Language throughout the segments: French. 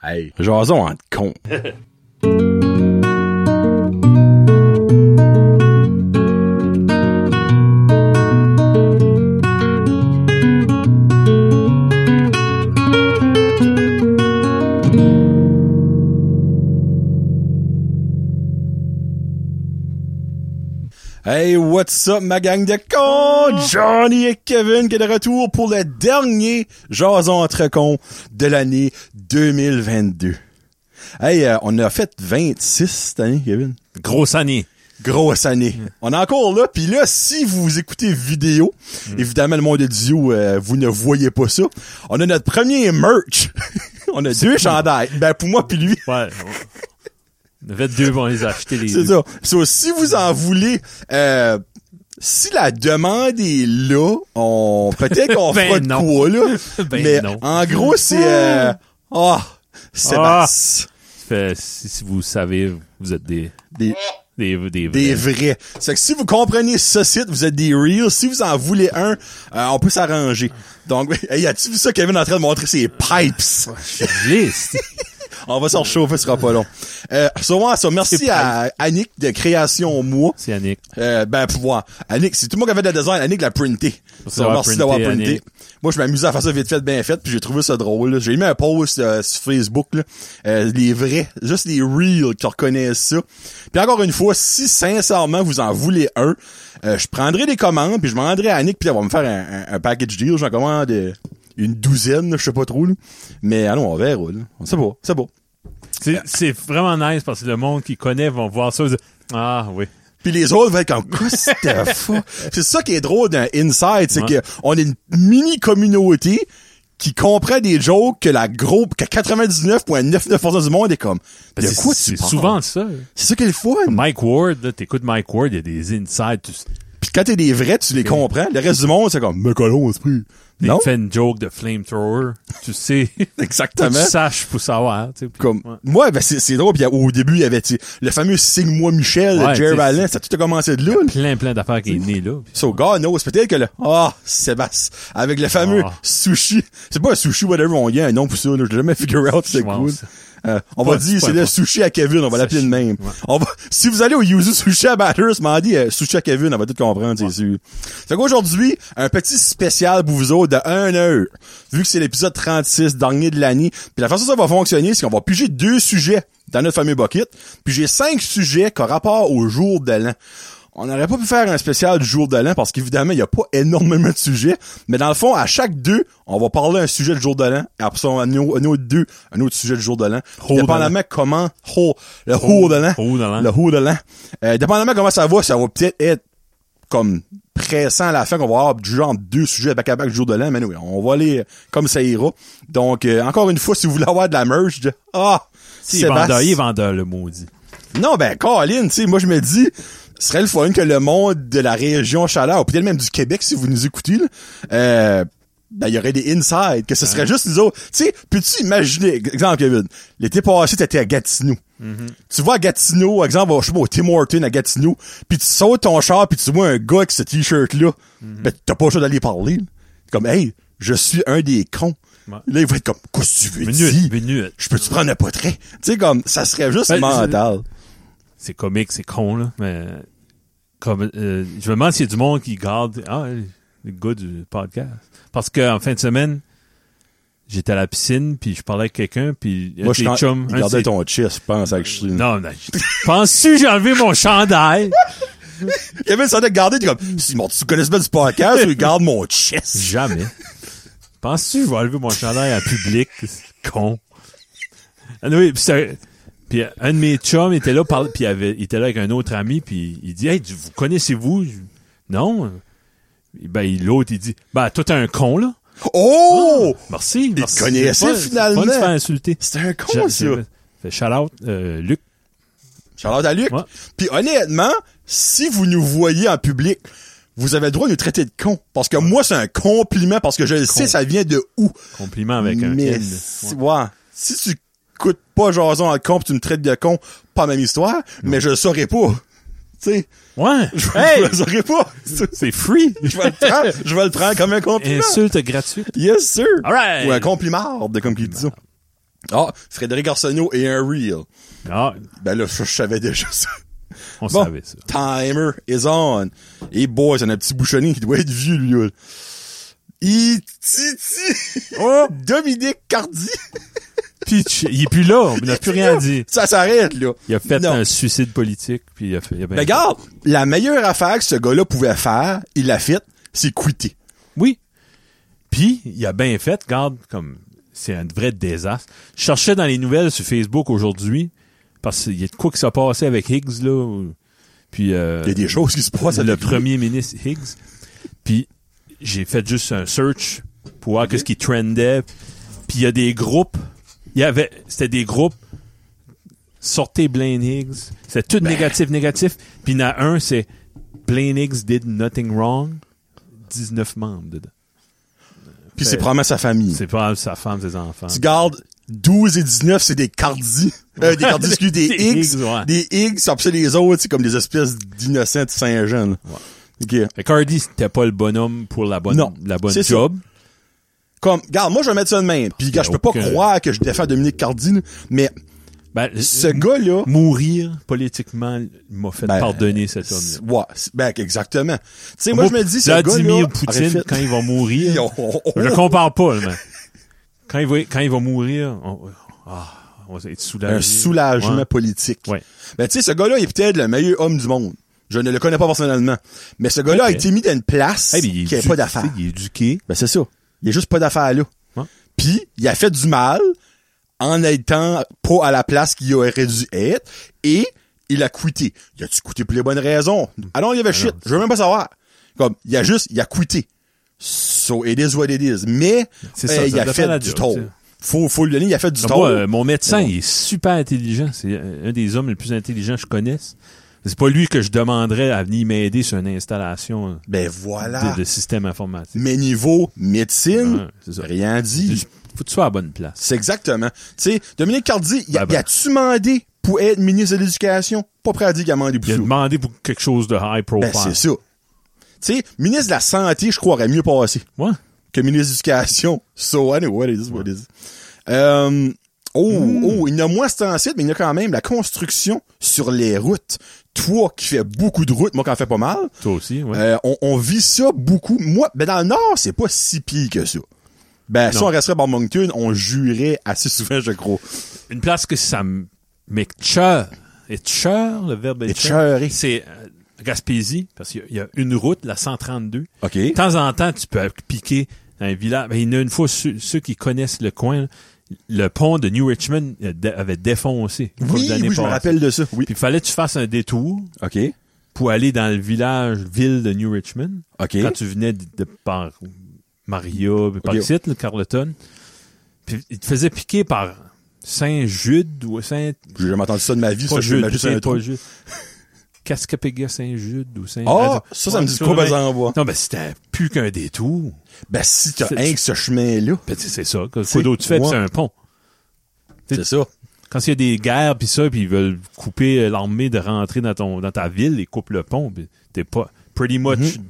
Hey, jason en con. Hey, what's up, ma gang de cons? Johnny et Kevin qui est de retour pour le dernier Jason entre cons de l'année 2022. Hey, euh, on a fait 26 cette année, Kevin. Grosse année. Grosse année. On est encore là, puis là, si vous écoutez vidéo, évidemment, le monde de Dio, euh, vous ne voyez pas ça. On a notre premier merch. on a deux chandails. Ben, pour moi puis lui. Ouais. On avait deux, on les a achetés les C'est deux. ça. So, si vous en voulez, euh, si la demande est là, on peut-être qu'on Ben fera de non. quoi là. Ben mais non. Ah. en gros, c'est euh, oh, Sébastien. Fait, si, si vous savez, vous êtes des, Des, des, des, des vrais. vrais. C'est que si vous comprenez ce site, vous êtes des reals. Si vous en voulez un, euh, on peut s'arranger. Donc, hey, as-tu vu ça, Kevin, en train de montrer ses pipes? Liste. On va s'en réchauffer, ce sera pas long. Euh, so, ouais, so, merci C'est à Annick de Création Moi. C'est Yannick. Euh, ben, pouvoir. Annick, c'est tout le monde qui avait de la design. Annick l'a printé. Merci So, d'avoir merci printé, d'avoir printé. Annick. Moi, je m'amusais à faire ça vite fait, bien fait, puis j'ai trouvé ça drôle. là. J'ai mis un post euh, sur Facebook, là. Euh, les vrais, juste les reals qui reconnaissent ça. Puis encore une fois, si sincèrement vous en voulez un, euh, je prendrai des commandes, puis je m'en rendrai à Annick, puis elle va me faire un, un- un package deal. J'en commande euh, une douzaine, là, je sais pas trop. Là. Mais allons, on verra. Là. On sait pas, c'est beau. C'est, c'est vraiment nice parce que le monde qui connaît vont voir ça. ils disent, Ah oui. Puis les autres vont être comme quoi c'était fou. C'est ça qui est drôle d'un inside, c'est Ouais. qu'on est une mini communauté qui comprend des jokes que la gros que 99.99% du monde est comme. De Ben, C'est- quoi c'est tu parles? souvent ça. C'est ça qui est le fun. Mike Ward, là, t'écoutes Mike Ward, il y a des insides. Tu, Puis quand t'es des vrais, tu les comprends. Le reste du monde, c'est comme me colons, c'est plus. il Non, fait une joke de flamethrower. Tu sais. Faut que exactement. tu saches pour savoir. tu sais, puis- Comme Ouais. moi, ben c'est c'est drôle. Puis au début, il y avait tu sais, le fameux signe-moi Michel, Ouais, de Jerry t'sais, Allen. Ça a tout a commencé de là. là. Plein, plein d'affaires qui est né là. puis- So, God knows, peut-être que le, ah, Sébastien, avec le fameux Ah. sushi, c'est pas un sushi, whatever, on y a un nom pour ça, là, j'ai jamais figure out, c'est Je pense. cool. Euh, on va Pas- dire, pas c'est le important. sushi à Kevin, on va l'appeler de même. On va, si vous allez au Yuzu Sushi à Batters, m'en dit, euh, sushi à Kevin, on va tout comprendre, c'est sûr. Fait qu'aujourd'hui, un petit spécial pour vous autres de 1 heure. Vu que c'est l'épisode 36, dernier de l'année. Puis la façon dont ça va fonctionner, c'est qu'on va piger deux sujets dans notre fameux bucket. Puis j'ai cinq sujets qui ont rapport au jour de l'an. On n'aurait pas pu faire un spécial du jour de l'an parce qu'évidemment, il n'y a pas énormément de sujets. Mais dans le fond, à chaque deux, on va parler un sujet du jour de l'an. Et après ça, on a un au- un autre deux, un autre sujet du jour de l'an. de Dépendamment comment, ho- le haut de l'an. Haut de l'an. Le haut de l'an. Euh, dépendamment comment ça va, ça va peut-être être comme pressant à la fin qu'on va avoir du genre deux sujets back à back du jour de l'an, mais anyway, on va aller comme ça ira. Donc, euh, encore une fois, si vous voulez avoir de la merge, de- ah, Tu sais, Il est Sébastien. vendeur, il est vendeur, le maudit. Non, ben, Colin, tu sais, moi, je me dis, ce serait le fun que le monde de la région Chaleur, ou peut-être même du Québec, si vous nous écoutez, là, euh, ben, il y aurait des insides, que ce serait juste nous autres. Tu sais, peux-tu imaginer, exemple, Kevin, l'été passé, t'étais à Gatineau. Mm-hmm. Tu vas à Gatineau, exemple, je sais pas, au Tim Horton à Gatineau, puis tu sautes ton char, puis tu vois un gars avec ce T-shirt-là, Mm-hmm. ben, t'as pas le choix d'aller parler. là. Comme, hey, je suis un des cons. Ouais. Là, il va être comme, qu'est-ce que tu veux dire? Minute, minute. Je peux-tu prendre un portrait? Tu sais, comme, ça serait juste Ben, mental. c'est comique, c'est con, là, mais comme, euh, je me demande s'il y a du monde qui garde ah, le gars du podcast. Parce qu'en fin de semaine, j'étais à la piscine, puis je parlais avec quelqu'un, puis un Moi, de je ses t'en- chums, il un de gardait ses- ton chest, je pense, avec Shrine. Hein, Non, non, je- penses-tu que j'ai enlevé mon chandail? Il y avait le sentiment de garder, t'es comme, si mon, tu connais pas du podcast, ou il garde mon chest. Jamais. Penses-tu que je vais enlever mon chandail en public? C'est Con. Ah oui, puis c'est- puis un de mes chums était là, par- puis il, avait- il était là avec un autre ami, puis il dit « Hey, tu- vous connaissez-vous? » Je- Non. Ben, il- l'autre, il dit « Ben, toi, t'es un con, là. Oh! Merci. te merci. connaissait, C'est pas- c'est finalement. Pas de se faire insulter. C'était un J'ai- con, ça. j'ai- fait Shout-out, euh, Luc. Charlotte à Luc. Ouais. Puis honnêtement, si vous nous voyez en public, vous avez le droit de nous traiter de con. Parce que moi, c'est un compliment, parce que je le sais, ça vient de où. Compliment avec un Mais, N. si- ouais. Si tu coûtes pas Jason en con pis tu me traites de con, pas la même histoire, mais je le saurais pas. Tu sais, Ouais. je, je Hey! le saurais pas. C'est free. Je vais le prendre, je vais le prendre comme un compliment. Insulte gratuite. Yes, sir. All right. Ou un compliment, de comme qu'il dit ça. Ah, Frédéric Arsenault et un reel. Ah, Ben là, je, je savais déjà ça. on Bon, savait ça. timer is on. Et boy, c'est un petit bouchonnier qui doit être vieux, lui. là. Et titi. Oh! Dominique Cardi. Pitch, il est plus là, il n'a plus rien dit. Ça s'arrête, là. Il a fait Non. Ben, un suicide politique, puis il a fait... il a bien- Mais regarde, la meilleure affaire que ce gars-là pouvait faire, il l'a faite, c'est quitter. Oui. Puis, il a bien fait, regarde, comme c'est un vrai désastre. Je cherchais dans les nouvelles sur Facebook aujourd'hui, parce qu'il y a de quoi qui s'est passé avec Higgs, là. ou- Puis, euh, Il y a des choses qui se passent. le avec lui. premier ministre Higgs. Puis, j'ai fait juste un search pour voir qu'est-ce qui trendait. Puis, il y a des groupes. Il y avait, c'était des groupes. Sortez Blaine Higgs. C'est Ben. tout négatif, négatif. Puis, il y en a un, c'est Blaine Higgs did nothing wrong. 19 membres dedans. Puis c'est probablement sa famille. C'est pas sa femme, ses enfants. Tu gardes 12 et 19, c'est des Cardi. Euh, des Cardi, excuse, des Des Higgs. Higgs, ouais. Des Higgs, ça puis les autres, c'est comme des espèces d'innocents de Saint-Jean. OK. Fait qu'Hardy, c'était pas le bonhomme pour la bonne, Non, la bonne c'est job. Comme, regarde, moi, je vais mettre ça de même. Puis, gars, je peux pas aucun- croire que je défends Dominique Cardi, là, mais Ben, ce euh, gars-là, mourir politiquement m'a fait Ben, pardonner cet c'est- homme-là. ouais, c'est- ben, exactement. Tu sais, moi, je me dis, ce gars-là... Vladimir aurait Poutine, fait- quand il va mourir, Oh, oh, oh. je le compare pas, là, mais quand il va, quand il va mourir, on, ah, on va être soulagé. un soulagement Ouais. politique. Ouais. Ben, tu sais, ce gars-là, il est peut-être le meilleur homme du monde. Je ne le connais pas personnellement. Mais ce gars-là Ok. a été mis dans une place Hey, mais il est qui n'a édu- pas d'affaires. tu sais, Il est éduqué. Ben, c'est ça. Il n'y a juste pas d'affaires là. Ouais. Puis, il a fait du mal en étant pas à la place qu'il aurait dû être et il a quitté. Il a-tu quitté pour les bonnes raisons? Ah non, il y avait shit. Je veux même pas savoir. Comme, il a juste, il a quitté. So, it is what it is. Mais, euh, C'est ça, il ça a doit fait faire la du job, tort. tu sais. Faut, faut lui donner, il a fait du Moi, tort. euh, mon médecin, oh. Non. il est super intelligent. C'est euh, un un des hommes les plus intelligents que je connaisse. C'est pas lui que je demanderais à venir m'aider sur une installation ben voilà. de, de système informatique. Mais niveau médecine, Ouais, c'est ça. rien dit. Juste, Faut que tu sois à la bonne place. C'est exactement. Tu sais, Dominique Cardi, il a, Ben, ben. il a-tu demandé pour être ministre de l'Éducation? Pas prêt à dire qu'il a demandé pour Il a ça. demandé pour quelque chose de high profile. Ben, c'est ça. Tu sais, ministre de la Santé, je croirais mieux passer Ouais. que ministre de l'Éducation. So, anyway, what is, what is. Euh, oh, oh, il y en a moins cet site, mais il y en a quand même la construction sur les routes. Toi qui fais beaucoup de routes, moi qui en fais pas mal, Toi aussi, ouais. euh, on, on vit ça beaucoup. Moi, ben dans le Nord, c'est pas si pire que ça. Ben, si Non. on resterait par Moncton, on jurait assez souvent, je crois. Une place que ça me m'écœure. Écœure, le verbe écœure. Écœuré. C'est euh, Gaspésie, parce qu'il y a- il y, a une route, la 132. OK. De temps en temps, tu peux piquer dans un village. Ben, il y en a une fois, ceux, ceux qui connaissent le coin, là, le pont de New Richmond euh, dé- avait défoncé. une couple Oui, d'années oui, je me passées. rappelle de ça. Oui. Puis il fallait que tu fasses un détour OK. pour aller dans le village, ville de New Richmond. OK. Quand tu venais de, de par Maria, puis par Ok. ici, le Carleton. Puis il te faisait piquer par Saint-Jude ou Saint... J'ai jamais entendu ça de ma vie. Pas ça, je Jude, m'imagine c'est un pas trou. Jude. Cascapéga Saint-Jude ou Saint... Ah, ça, ça me dit Ouais, quoi, ben, ouais. ça envoie. Non, ben c'était plus qu'un détour. Ben, si t'as C'est- un que ce chemin-là, Ben, tu sais, c'est ça. Quoi C'est- d'autre tu fais, puis ouais. c'est un pont. c'est ça. Quand il y a des guerres, puis ça, puis ils veulent couper euh, l'armée de rentrer dans, ton, dans ta ville, ils coupent le pont, puis t'es pas pretty much Mm-hmm.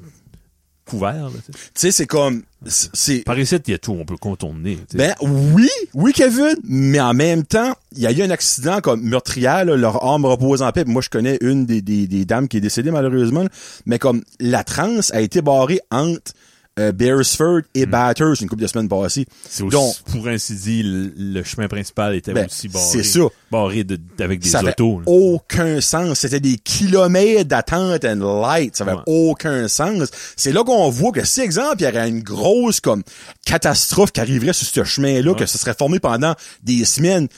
couvert. là, tu sais. Tu sais, c'est comme, c'est, Par ici, il y a tout, on peut contourner. tu sais. ben, oui, oui, Kevin, mais en même temps, il y a eu un accident comme meurtrière, là, leur homme repose en paix. Moi, je connais une des, des, des dames qui est décédée, malheureusement, là. mais comme, la transe a été barrée entre euh, Beresford Hmm. et Batters une couple de semaines passées. C'est aussi, Donc, pour ainsi dire, le, le chemin principal était Ben, aussi barré. c'est ça. Barré de- avec des ça avait autos. là. aucun sens. C'était des kilomètres d'attente and light. Ça avait Ouais. aucun sens. C'est là qu'on voit que si, exemple, il y aurait une grosse, comme, catastrophe qui arriverait sur ce chemin-là, que ce serait formé pendant des semaines,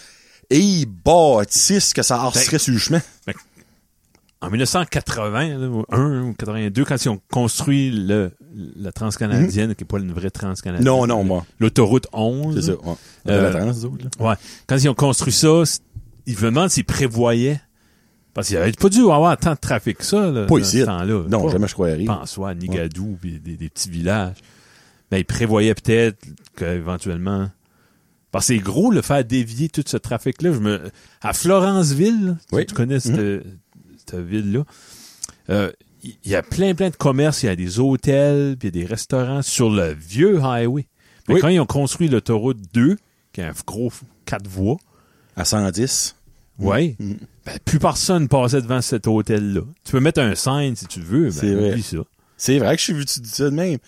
et ils bâtissent que Ben, ça harcerait sur le chemin. En 1980, là, ou un, ou 82, quand ils ont construit le, la transcanadienne, qui n'est pas une vraie transcanadienne. Mhm. Non, non, moi. L'autoroute 11. C'est ça, ouais. On Mm-hmm. Euh, avait la transe, nous autres, là. Ouais. Quand ils ont construit ça, c- ils me demandent s'ils prévoyaient. Parce qu'il n'y avait pas dû avoir tant de trafic que ça, là, Pas dans ici. ce temps-là. Non, Pas- jamais je croirais. Pansois, Nigadou, puis des, des petits villages. Mais ils prévoyaient peut-être qu'éventuellement... Parce que c'est gros, le faire dévier tout ce trafic-là. Je me... À Florenceville, là, tu- Oui. Mhm. tu connais cette, cette ville-là, euh, il y a plein, plein de commerces. Il y a des hôtels, puis il y a des restaurants sur le vieux highway. Mais Oui. quand ils ont construit l'autoroute 2, qui est un gros quatre voies. À 110. Ouais. Mm. Ben, plus personne passait devant cet hôtel-là. Tu peux mettre un sign si tu veux, C'est ben, vrai. oublie ça. C'est vrai que je suis vu, tu dis ça de même.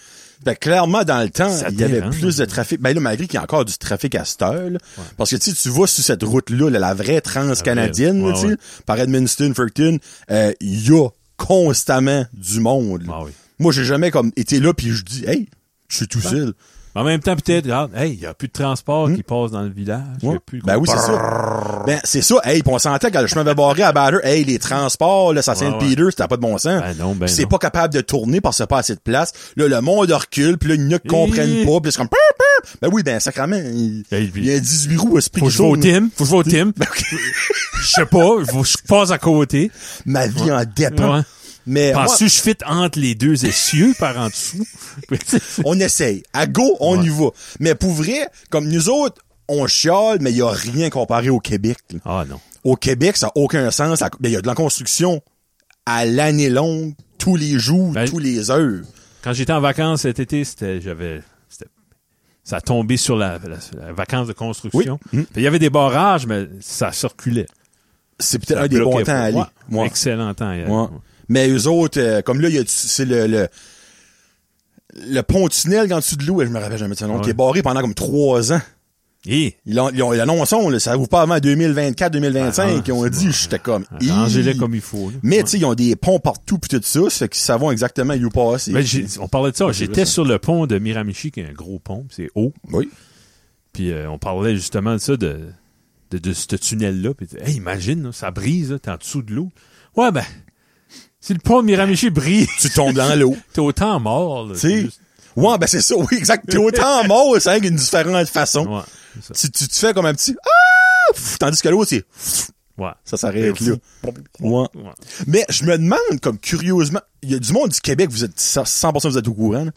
Ben, clairement, dans le temps, Ça il y avait dérange. hein. plus de trafic. Ben là, malgré qu'il y a encore du trafic à cette heure, là. Parce que, tu sais, tu vois sur cette route-là, là, la vraie transcanadienne, Ouais, là, tu sais, ouais. par Edmundston, Fredericton, euh, il y a constamment du monde. là. Ah oui. Moi, j'ai jamais comme été là puis je dis, hey, je suis tout Ben, seul. Mais en même temps, peut-être, regarde, hey, il n'y a plus de transport qui passe dans le village. il y a Hmm? Ouais. plus de- Ben oui, c'est ça. Ben, c'est ça. Hey, pis on s'entend quand le chemin avait barré à Batter, hey, les transports, là, ça Ouais, ouais. Saint-Peter, c'était pas de bon sens. Ben non, ben Pis c'est non. pas capable de tourner parce que c'est pas assez de place. Là, le monde recule, pis là, il y en a qui comprennent Hi. pas, pis c'est comme, Pip, pip. ben oui, ben, sacrément, il, Hey, Ben, puis- il y a 18 roues à ce prix Faut que qui je vais au tourne. Tim. Faut que je vais au Tim. Ben Je sais pas. faut que Je passe à côté. Ma vie en dépend. Ouais. Mais, Penses-tu que je fit entre les deux essieux par en dessous? on essaye. À go, on Ouais. y va. Mais pour vrai, comme nous autres, on chiale, mais il y a rien comparé au Québec, là. ah non. au Québec, ça n'a aucun sens. La- ben, Il y a de la construction à l'année longue, tous les jours, Ben- tous les heures. Quand j'étais en vacances cet été, c'était, j'avais, c'était- ça a tombé sur la, la- la vacance de construction. Hmm. Puis Il y avait des barrages, mais ça circulait. C'est peut-être Ça un des bons bloquait temps à pas. aller. Ouais. Moi. Excellent temps. à aller. Moi. Mais eux autres, euh, comme là, il y a du- c'est le, le, le pont-tunnel en dessous de l'eau, je me rappelle jamais de son nom, Ouais. qui est barré pendant comme trois ans. Et, Ils l'ont- ils ont- ils l'annoncent, là, ça ouvre pas avant 2024, 2025, Ah, ils ont c'est dit, bon. j'étais comme, rangez-les Hi. comme il faut. là. Mais, tu sais, ils ont des ponts partout pis tout ça, ça fait qu'ils savent exactement où passer. Ben, j'ai- on parlait de ça. vrai, J'étais ça. sur le pont de Miramichi, qui est un gros pont, puis c'est haut. Oui. Puis euh, on parlait justement de ça, de, de, de ce tunnel-là. Puis hey, imagine, là, ça brise, là, t'es en dessous de l'eau. Ouais, ben, si le pont de Miramichi brise, Tu tombes dans l'eau. t'es autant mort. là. Tu sais. C'est juste- Ouais, ben c'est ça, oui, exact. T'es autant mort, c'est vrai d'une différente façon. Ouais, c'est ça. Tu, tu, tu fais comme un petit Ah! Pff, Tandis que l'autre, c'est Ouais. ça s'arrête là. Ouais. Ouais. Mais je me demande, comme curieusement, il y a du monde du Québec, vous êtes 100% vous êtes au courant. là.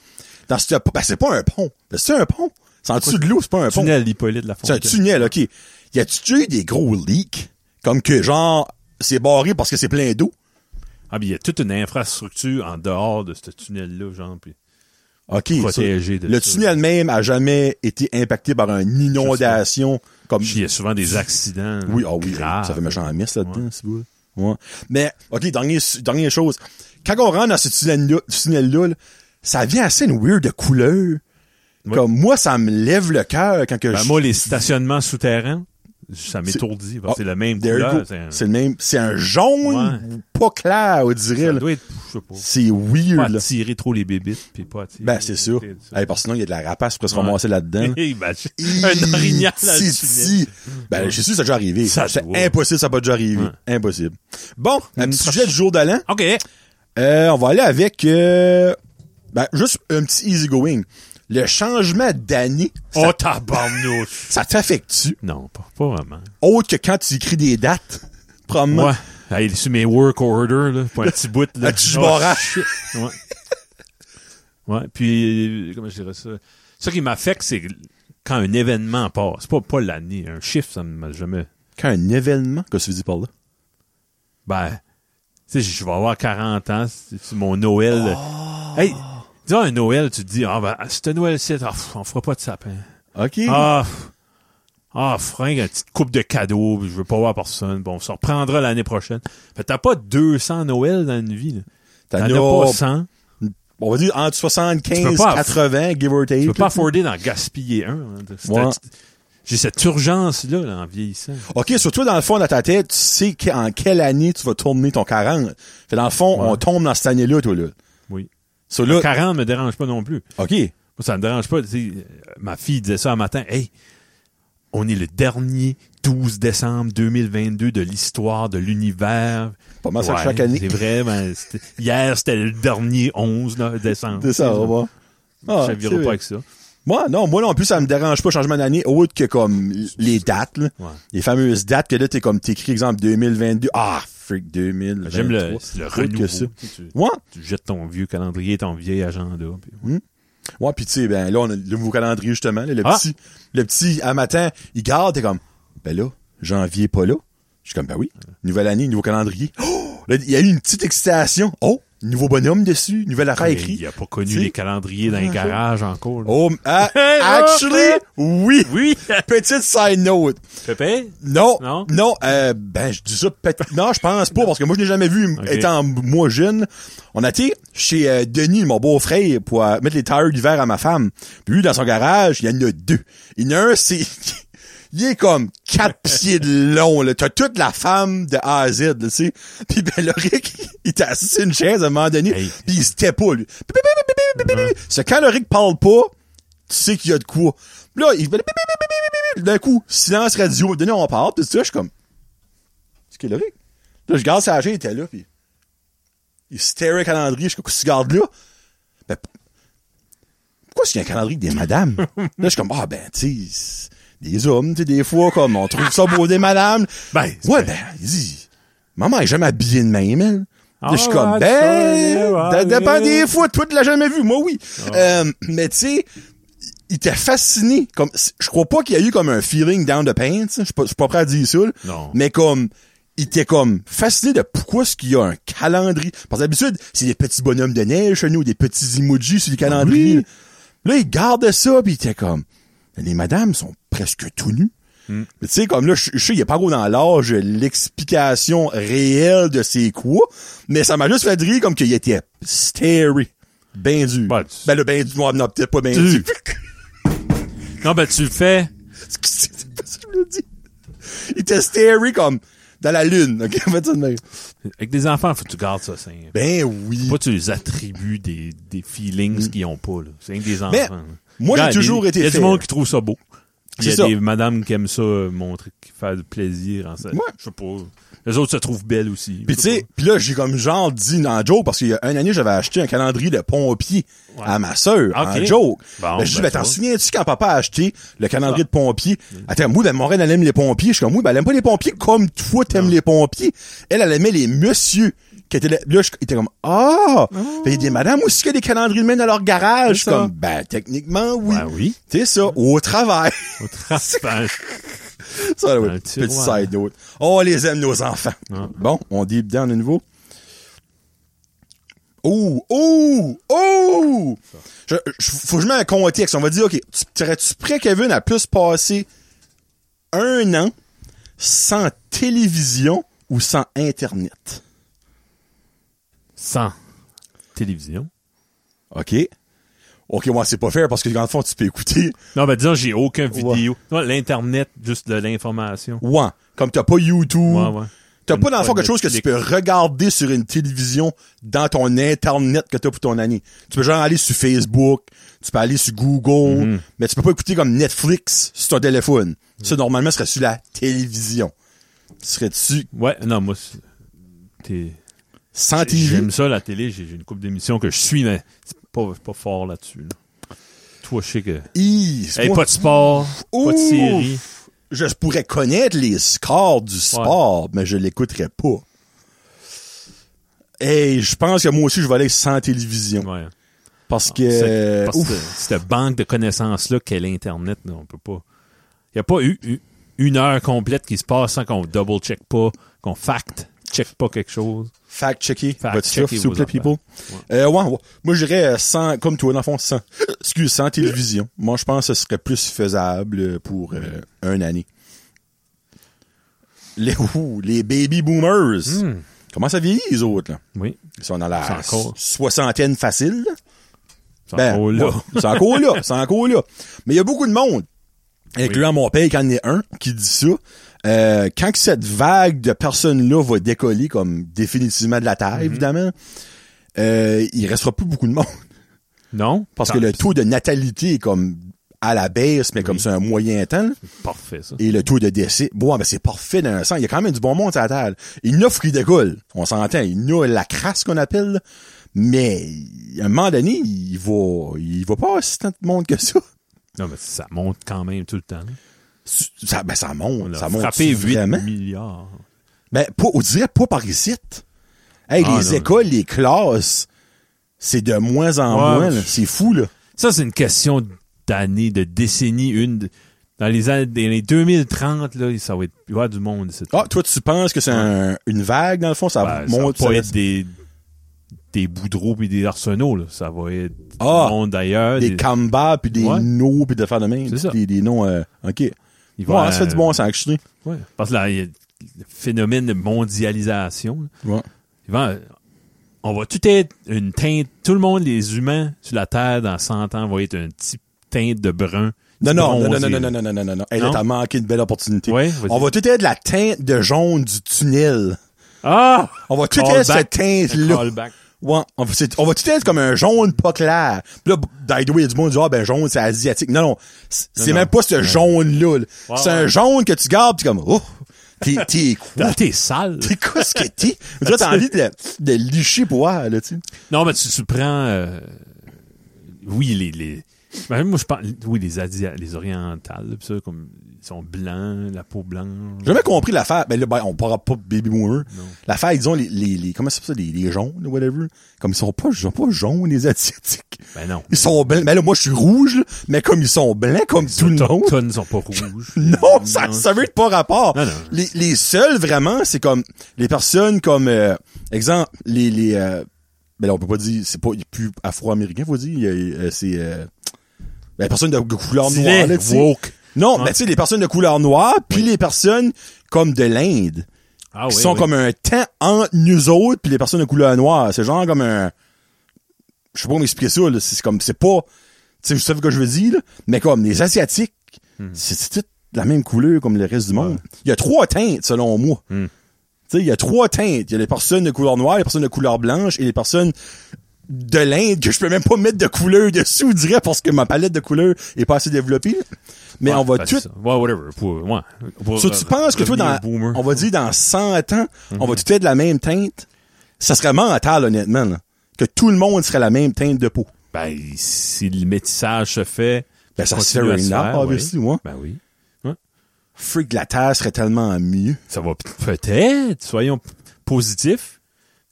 Dans ce, ben, c'est pas un pont. Ben, c'est un pont. C'est en dessous de l'eau, c'est pas un pont. Tunnel Hippolyte la C'est un Fontaine. tunnel, ok. Y a-tu déjà eu des gros leaks? Comme que genre, c'est barré parce que c'est plein d'eau. Ah, puis il y a toute une infrastructure en dehors de ce tunnel-là, genre. Puis OK. Protégé ça. de le ça. tunnel même a jamais été impacté par une inondation comme il y a souvent des accidents. Oui, ah oui, graves. ça fait méchant à messe là-dedans, c'est beau. Ouais. Mais, OK, dernier, su- dernière chose. Quand on rentre dans ce tunnel-là, tunnel-là, là, ça vient assez une weird de couleur. Oui. Comme moi, ça me lève le cœur quand que Ben, je... moi, les stationnements souterrains, ça m'étourdit. parce que Ah, c'est la même there you couleur. go. C'est un- C'est le même, c'est un jaune pas clair, on dirait. ça là. doit être, je sais pas. C'est pas weird, là. attirer trop les bébites, puis pas attirer. Ben, c'est Hein? sûr. Hey, parce que sinon, il y a de la rapace pour se ramasser là-dedans. là. Imagine, un orignal dans le Si, tunnel. si. Ben, je suis sûr que ça a déjà arrivé. Ça, C'est ouais. impossible, ça a pas déjà arrivé. Impossible. Bon, un petit prochaine. sujet du jour de l'an. OK. Euh, on va aller avec euh, ben, juste un petit easy going. Le changement d'année, Oh, tabarnouche. ça t'affecte-tu? non, pas, pas vraiment. Autre que quand tu écris des dates, probablement. Moi, hey, sur mes work orders, là, pour un petit bout, là. Oh, Un petit barrage. shit. Ouais. Ouais, puis, euh, comment je dirais ça? Ce qui m'affecte, c'est quand un événement passe. Pas, pas l'année. Un chiffre, ça ne m'a jamais... Quand un événement, qu'est-ce que tu dis par là? Ben, tu sais, je vais avoir 40 ans, c'est c'est mon Noël. Oh. Hey, disons un Noël, tu te dis, ah ben, c'est un Noël-ci, ah, pff, on fera pas de sapin. OK. Ah, pff, ah, fringue, une petite coupe de cadeaux, puis je veux pas voir personne, bon, on se reprendra l'année prochaine. Fait que t'as pas 200 Noël dans une vie, là. T'en T'en as as pas- pas 100. On va dire entre Tu peux 75 pas- 80, give or take. Tu peux pas là. afforder d'en gaspiller un. hein. C'est- Ouais. Euh. J'ai cette urgence-là, là, en vieillissant. OK, sur toi, dans le fond, dans ta tête, tu sais que- en quelle année tu vas tourner ton 40. Fait dans le fond, Ouais. on tombe dans cette année-là, toi, là. Oui. So, là, 40 me dérange pas non plus. OK. Moi, ça me dérange pas. tu sais, euh, ma fille disait ça un matin. Hey, on est le dernier 12 décembre 2022 de l'histoire de l'univers. Pas mal ça, Ouais, chaque année. C'est vrai. ben, c'était- hier, c'était le dernier 11 là, décembre. C'est ça, Tu sais, on va. Je Ah, chavirais c'est pas vrai. avec ça. Moi, non, moi non plus, ça me dérange pas, changement d'année, autre que comme les dates, là. Ouais. Les fameuses dates que là, t'es comme, t'écris, exemple, 2022. Ah, freak, 2000. J'aime le, le renouveau. que ça. Tu, sais, tu- Ouais. tu jettes ton vieux calendrier, ton vieil agenda. puis- Ouais, pis tu sais, ben, là, on a le nouveau calendrier, justement, là, le Ah. petit, le petit, à matin, il garde, t'es comme, ben là, janvier pas là. Je suis comme, ben oui, nouvelle année, nouveau calendrier. Oh! Là, il y a eu une petite excitation. Oh! Nouveau bonhomme dessus, nouvelle affaire Mais écrite. Il a pas connu Tu sais? les calendriers dans les garages encore. là. Oh, ah, actually, oui. Oui! Petite side note. Pépé? Non. Non? euh, ben, je dis ça peut-être. Non, je pense pas, parce que moi, je n'ai jamais vu, Ok. étant moi jeune. On a été chez euh, Denis, mon beau-frère, pour euh, mettre les tailleurs d'hiver à ma femme. Puis lui, dans son garage, il y en a deux. Il y en a un, c'est... Il est comme quatre pieds de long, là. T'as toute la femme de A à Z, là, tu sais. Puis ben, le Rick, il était assis sur une chaise à un moment donné, Hey. puis il se tait pas, lui. C'est quand le Rick parle pas, tu sais qu'il y a de quoi. Puis là, il fait d'un coup, silence radio, donné on parle, pis tout ça, je suis comme. C'est qui le Rick? Là, je garde sa chaîne, il était là, pis. Il starait au calendrier, je suis comme, qu'est-ce que tu gardes là? Ben, p- pourquoi est-ce qu'il y a un calendrier avec des madames? là, je suis comme, ah, ben, tu sais, c'est des hommes, tu sais, des fois, comme, on trouve ça beau des madames. Ben, c'est ouais, pas- ben, il dit, maman, elle est jamais habillée de même, elle. Là, je suis comme, Alright, ben, alright, ça dépend alright. des fois, toi, tu l'as jamais vu, moi, oui. Ah. Euh, mais tu sais, il était fasciné. Comme, c- je crois pas qu'il y a eu comme un feeling down the paint. Je suis pas, je suis pas prêt à dire ça. là. Non. Mais comme, il était comme fasciné de pourquoi est-ce qu'il y a un calendrier. Parce que d'habitude, c'est des petits bonhommes de neige chez nous, des petits emojis sur les calendriers. Là, il gardait ça, puis il était comme, les madames sont presque tout nues. Hmm. Mais tu sais, comme là, je je sais, il n'y a pas gros dans l'âge l'explication réelle de c'est quoi, mais ça m'a juste fait rire comme qu'il était stary. Ben dur. Ouais, Ben, tu- le ben dur, non, non, peut-être pas ben Tu- dur. Non, ben, tu le fais. Excusez, c'est pas ça que je voulais dire. Il était stary comme dans la lune, ok? On va dire de même. Avec des enfants, faut que tu gardes ça simple. Ben oui. Faut pas que tu les attribues des, des feelings qu'ils ont pas, là. C'est avec des enfants. Mm. Mais là. moi, j'ai Regarde, toujours il- été Il y a du fair. monde qui trouve ça beau. Il y a C'est ça. des madames qui aiment ça, euh, montrer, qui font du plaisir en ça. Ouais. Je sais pas. Les autres se trouvent belles aussi. Pis tu sais, pis là, j'ai comme genre dit en joke, parce qu'il y a un année, j'avais acheté un calendrier de pompier Ouais. à ma sœur, Ok. en joke. Bon, ben, je dis, ben, ben, ça t'en va. souviens-tu quand papa a acheté le calendrier de pompier? Attends, moi, ben, mon reine, elle aime les pompiers. Je suis comme, oui, ben, elle aime pas les pompiers comme toi, t'aimes les pompiers. Elle, elle aimait les messieurs. Qui étaient là, là, je- il était comme, ah! Fait, il dit, madame, aussi qu'il y a des calendriers de main dans leur garage. Je suis C'est ça. comme, ben, techniquement, oui. Ben oui. Tu sais ça, au travail. Au travail. ça, là, oui. Un Petit tiroir. side note. On les aime, nos enfants. Ah. Bon, on dit bien de nouveau. Oh, oh, oh! Je, je- faut que je mette un contexte. On va dire, OK, tu- serais-tu prêt, Kevin, à plus passer un an sans télévision ou sans Internet? Sans télévision. OK? OK, moi, c'est pas faire parce que, dans le fond, tu peux écouter. Non, ben, disons, j'ai aucun Ouais. vidéo. Non, L'Internet, juste de l'information. Ouais. Comme t'as pas YouTube. Ouais, ouais. T'as Une pas, dans le fond, fois quelque chose que tu Netflix. peux regarder sur une télévision dans ton Internet que t'as pour ton année. Tu peux genre aller sur Facebook, tu peux aller sur Google, Mm-hmm. mais tu peux pas écouter comme Netflix sur ton téléphone. Mm. Ça, normalement, serait sur la télévision. Serais-tu Ouais, non, moi, c'est- t'es- sans TV? j'aime ça, la télé. J'ai j'ai une couple d'émissions que je suis, mais c'est pas, pas fort là-dessus. là. Toi, je sais que. Hi, c'est Hey, moi. Eh, pas de sport, pas de Ouf. série. Je pourrais connaître les scores du sport, mais je l'écouterais pas. Et je pense que moi aussi, je vais aller sans télévision. Ouais. Ah, Parce C'est- que... parce que Euh, Ouf. cette banque de connaissances-là qu'est l'Internet, là, on peut pas. Il n'y a pas eu, eu- une heure complète qui se passe sans qu'on double-check pas, qu'on fact-check pas quelque chose. Fact-checker Fact votre stuff, checker s'il vous vos plaît, people. affaires. Euh, ouais, ouais. Moi, je dirais euh, sans, comme toi, dans le fond, sans, excuse, sans télévision. Moi, je pense que ce serait plus faisable euh, pour euh, un année. Les, ouh, les baby boomers. Hmm. Comment ça vieillit, les autres, là? Oui. Ils sont dans la C'est encore. soixantaine facile, là. C'est Ben, encore là. ouais, c'est encore là, c'est encore là. Mais il y a beaucoup de monde, incluant mon père quand il y en a un, qui dit ça. Euh, quand que cette vague de personnes-là va décoller, comme définitivement de la Mhm. Terre, évidemment, euh, il restera plus beaucoup de monde. Non? Parce que le taux de natalité est comme à la baisse, mais comme c'est un moyen temps. là. Parfait, ça. Et le taux de décès, bon, ben c'est parfait dans un sens. Il y a quand même du bon monde sur la Terre. Il y en a qui décolle. On s'entend. Il y en a la crasse qu'on appelle. là. Mais, à un moment donné, il va, il va pas aussi tant de monde que ça. Non, mais ça monte quand même tout le temps. là. Ça, ben, ça On monte. a Ça monte frappé 8 vraiment. milliards. Ben, pas, on dirait pas par ici. Hey, Ah, les non. écoles, les classes, c'est de moins en Ouais. moins, là. C'est fou, là. Ça, c'est une question d'années, de décennies. Une de- Dans les années dans les 2030, là, ça va être, il va y avoir du monde. ici. Ah, toi, tu penses que c'est un- une vague, dans le fond? Ça Ben, ça va monte, ça pas va- être des des Boudreaux puis des Arsenaux, là. Ça va être Ah! du monde d'ailleurs. Des des- Camba, puis des Ouais. No, puis des affaires de même. C'est ça. euh, Des, des noms... euh, OK. ils Ouais, vont à- ça fait du bon sens, que Ouais. Parce que là, il y a le phénomène de mondialisation. là. Ouais. Il va- on va tout être une teinte, tout le monde, les humains sur la Terre dans 100 ans, va être une petite teinte de brun. Non, non, non, Bronzé. non, non, non, non, non, non, non, non, non. Hey, là, Non? t'as manqué une belle opportunité. Ouais, vas-y. On va tout être la teinte de jaune du tunnel. Ah! On va tout Callback. être cette Un teinte-là. callback. Ouais. On va, c'est- on va tout être comme un jaune pas clair. Puis là, by the way, il y a du monde qui dit, ah, ben, jaune, c'est asiatique. Non, non. C'est c'est Non, même non. pas ce jaune-là. là. Ouais, c'est un ouais. jaune que tu gardes, pis t'es comme, oh, t'es, t'es quoi? Ah, t'es sale. T'es quoi ce que t'es? On dirait que T'as envie de, la- de licher pour voir, là, tu sais. Non, mais tu, tu prends... euh, oui, les... les ben, moi, je parle... Oui, les, Asia- les orientales, pis ça, comme... Ils sont blancs, la peau blanche. J'ai jamais compris l'affaire. Ben là, ben, on parlera pas de Baby Boomer. Non. L'affaire, ils ont les, les, les, comment ça s'appelle ça, les, les jaunes, whatever. Comme ils sont pas, ils sont pas jaunes, les asiatiques. Ben non. Ils sont blancs. Ben là, moi, je suis rouge, là, mais comme ils sont blancs, comme tout le Les monde. autochtones sont pas rouges. Non, ça, ça veut être pas rapport. Non, non. Les, les seuls, vraiment, c'est comme, les personnes comme, euh, exemple, les, les, euh, ben là, on peut pas dire, c'est pas, il est plus afro-américain, faut dire, il y a- euh, c'est, euh, ben, les personnes de couleur noire, là, tu sais. woke. Non, Ouais. mais tu sais, les personnes de couleur noire, puis les personnes comme de l'Inde, Ah, qui sont comme un temps entre nous autres, puis les personnes de couleur noire. C'est genre comme un... Je sais pas comment expliquer ça, là. C'est comme, c'est pas... Tu sais, je sais ce que je veux dire, là, mais comme les Asiatiques, Hmm. c'est c'est tout la même couleur comme le reste du monde. Il y a trois teintes, selon moi. Hmm. Tu sais, il y a trois teintes. Il y a les personnes de couleur noire, les personnes de couleur blanche et les personnes de l'Inde que je peux même pas mettre de couleur dessus, on dirait, parce que ma palette de couleurs est pas assez développée. là. Mais on va ben, tout c'est ça. Ouais, whatever. Pour, ouais. Pour, So, tu euh, penses que toi, revenir dans, au boomer. Mhm. on va dire dans 100 ans, on va tout être de la même teinte? Ça serait mental, honnêtement, là. Que tout le monde serait la même teinte de peau. Ben, si le métissage se fait... Ben, ça se fait continue à right now, faire, obviously, ouais. ouais. Ben oui. Freak de la Terre serait tellement mieux. Ça va p- peut-être, soyons p- positifs.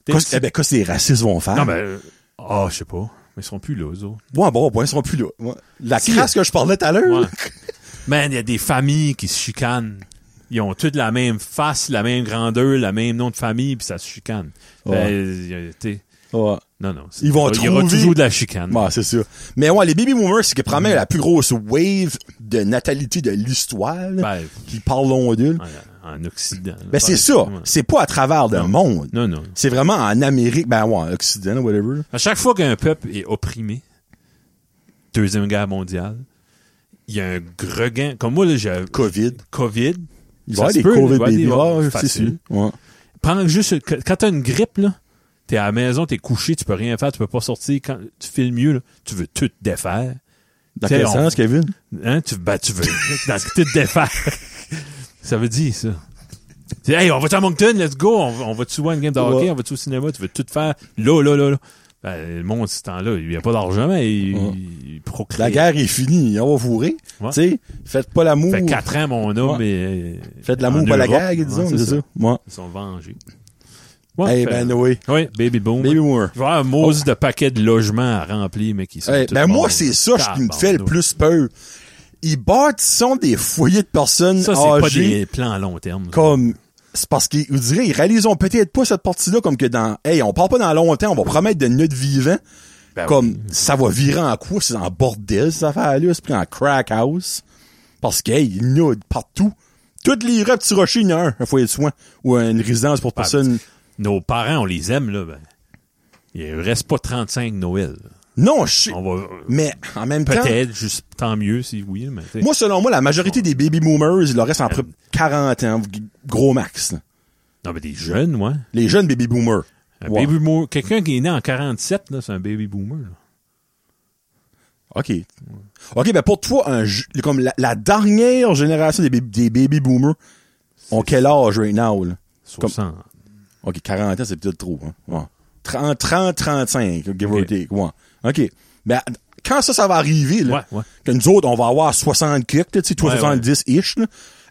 Peut-être Qu'est-ce eh ben, qu'est-ce que les racistes vont faire? Non, mais... euh, Ah, je sais pas. Mais ils seront plus là, eux autres. Ouais, bon, bon, ils seront plus là. Ouais. La Si. crasse que je parlais tout à l'heure, Ouais. là. Man, il y a des familles qui se chicanent. Ils ont toutes la même face, la même grandeur, la même nom de famille, puis ça se chicane. Ben, Ouais. il y a- t'sais, Ouais. non, non. c'est- Ils vont Il y aura trouver- toujours de la chicane. Ouais, c'est sûr. Mais ouais, les baby boomers, c'est que probablement la plus grosse wave de natalité de l'histoire, là, Ben, qui parle long d'une. en, en Occident. là. Ben, c'est ça. Ouais. C'est pas à travers le monde. Non, non. C'est vraiment en Amérique. Ben, ouais, Occident, whatever. là. À chaque fois qu'un peuple est opprimé, Deuxième Guerre mondiale, il y a un regain. Comme moi, là, j'ai Covid. COVID. Il Ça va y avoir se des peut, il va y COVID avoir baby. des- Ah, ouais, c'est facile. sûr. Ouais. Pendant que juste, que- quand t'as une grippe, là, t'es à la maison, t'es couché, tu peux rien faire, tu peux pas sortir. Quand tu fais le mieux, là, tu veux tout défaire. Dans T'sais, quel on- sens, Kevin? Hein, tu, ben, tu veux dans ce que tu te défaire. ça veut dire ça. Tu dis, hey, on va à Moncton, let's go, on, va- on va-tu voir une game de hockey, Ouais. on va-tu au cinéma, tu veux tout faire, là, là, là, là. Ben, le monde, ce temps-là, il n'y a pas d'argent, mais il, Ouais. il procrée. La guerre est finie, on va fourrer. Ouais. Tu sais, faites pas l'amour. Ça fait quatre ans, mon homme, et, Faites l'amour, pas la guerre, disons. c'est ça. Moi. Ils sont vengés. Ouais, Hey, fait- ben, Noé. ouais, baby boom. Baby boomer. Je vais avoir un mousse de paquets de logements à remplir, mais qui sont. Hey, tous ben, moi, morts. c'est ça ce qui me fait le Tabarnouche. plus peur. Ils bâtissent des foyers de personnes Ça, c'est pas âgées des plans à long terme. ça. comme, c'est parce qu'ils, vous direz, ils réalisent peut-être pas cette partie-là comme que dans, hey, on part pas dans longtemps, on va promettre de notre vivant. Ben comme ça va virer en quoi c'est en bordel cette affaire là c'est pris en crack house parce que hey, il y en a partout toutes les rues à Petit Rocher il y en a un un foyer de soins ou une résidence Ah, pour ben, personnes nos parents, on les aime, là, ben, il reste pas 35 Noël. non je sais On va, mais en même temps peut-être, juste, tant mieux si oui, mais, tu sais. moi selon moi la majorité des baby boomers il leur reste entre Euh, 40 ans g- gros max là. non, mais des jeunes, ouais. les jeunes baby boomers Un Ouais. baby boomer, quelqu'un qui est né en 47, là, c'est un baby boomer, là. OK. OK, ben pour toi, un, ju- comme la, la dernière génération des, bab- des baby boomers, ont quel âge right now? Là? 60. OK, 40 ans, c'est peut-être trop. Hein? Ouais. 30, 30, 35, give or Ok. take. Ouais. OK. Ben, quand ça, ça va arriver, là, Ouais, ouais. que nous autres, on va avoir 60 quelques, là, tu sais, toi, Ouais, 70-ish, là,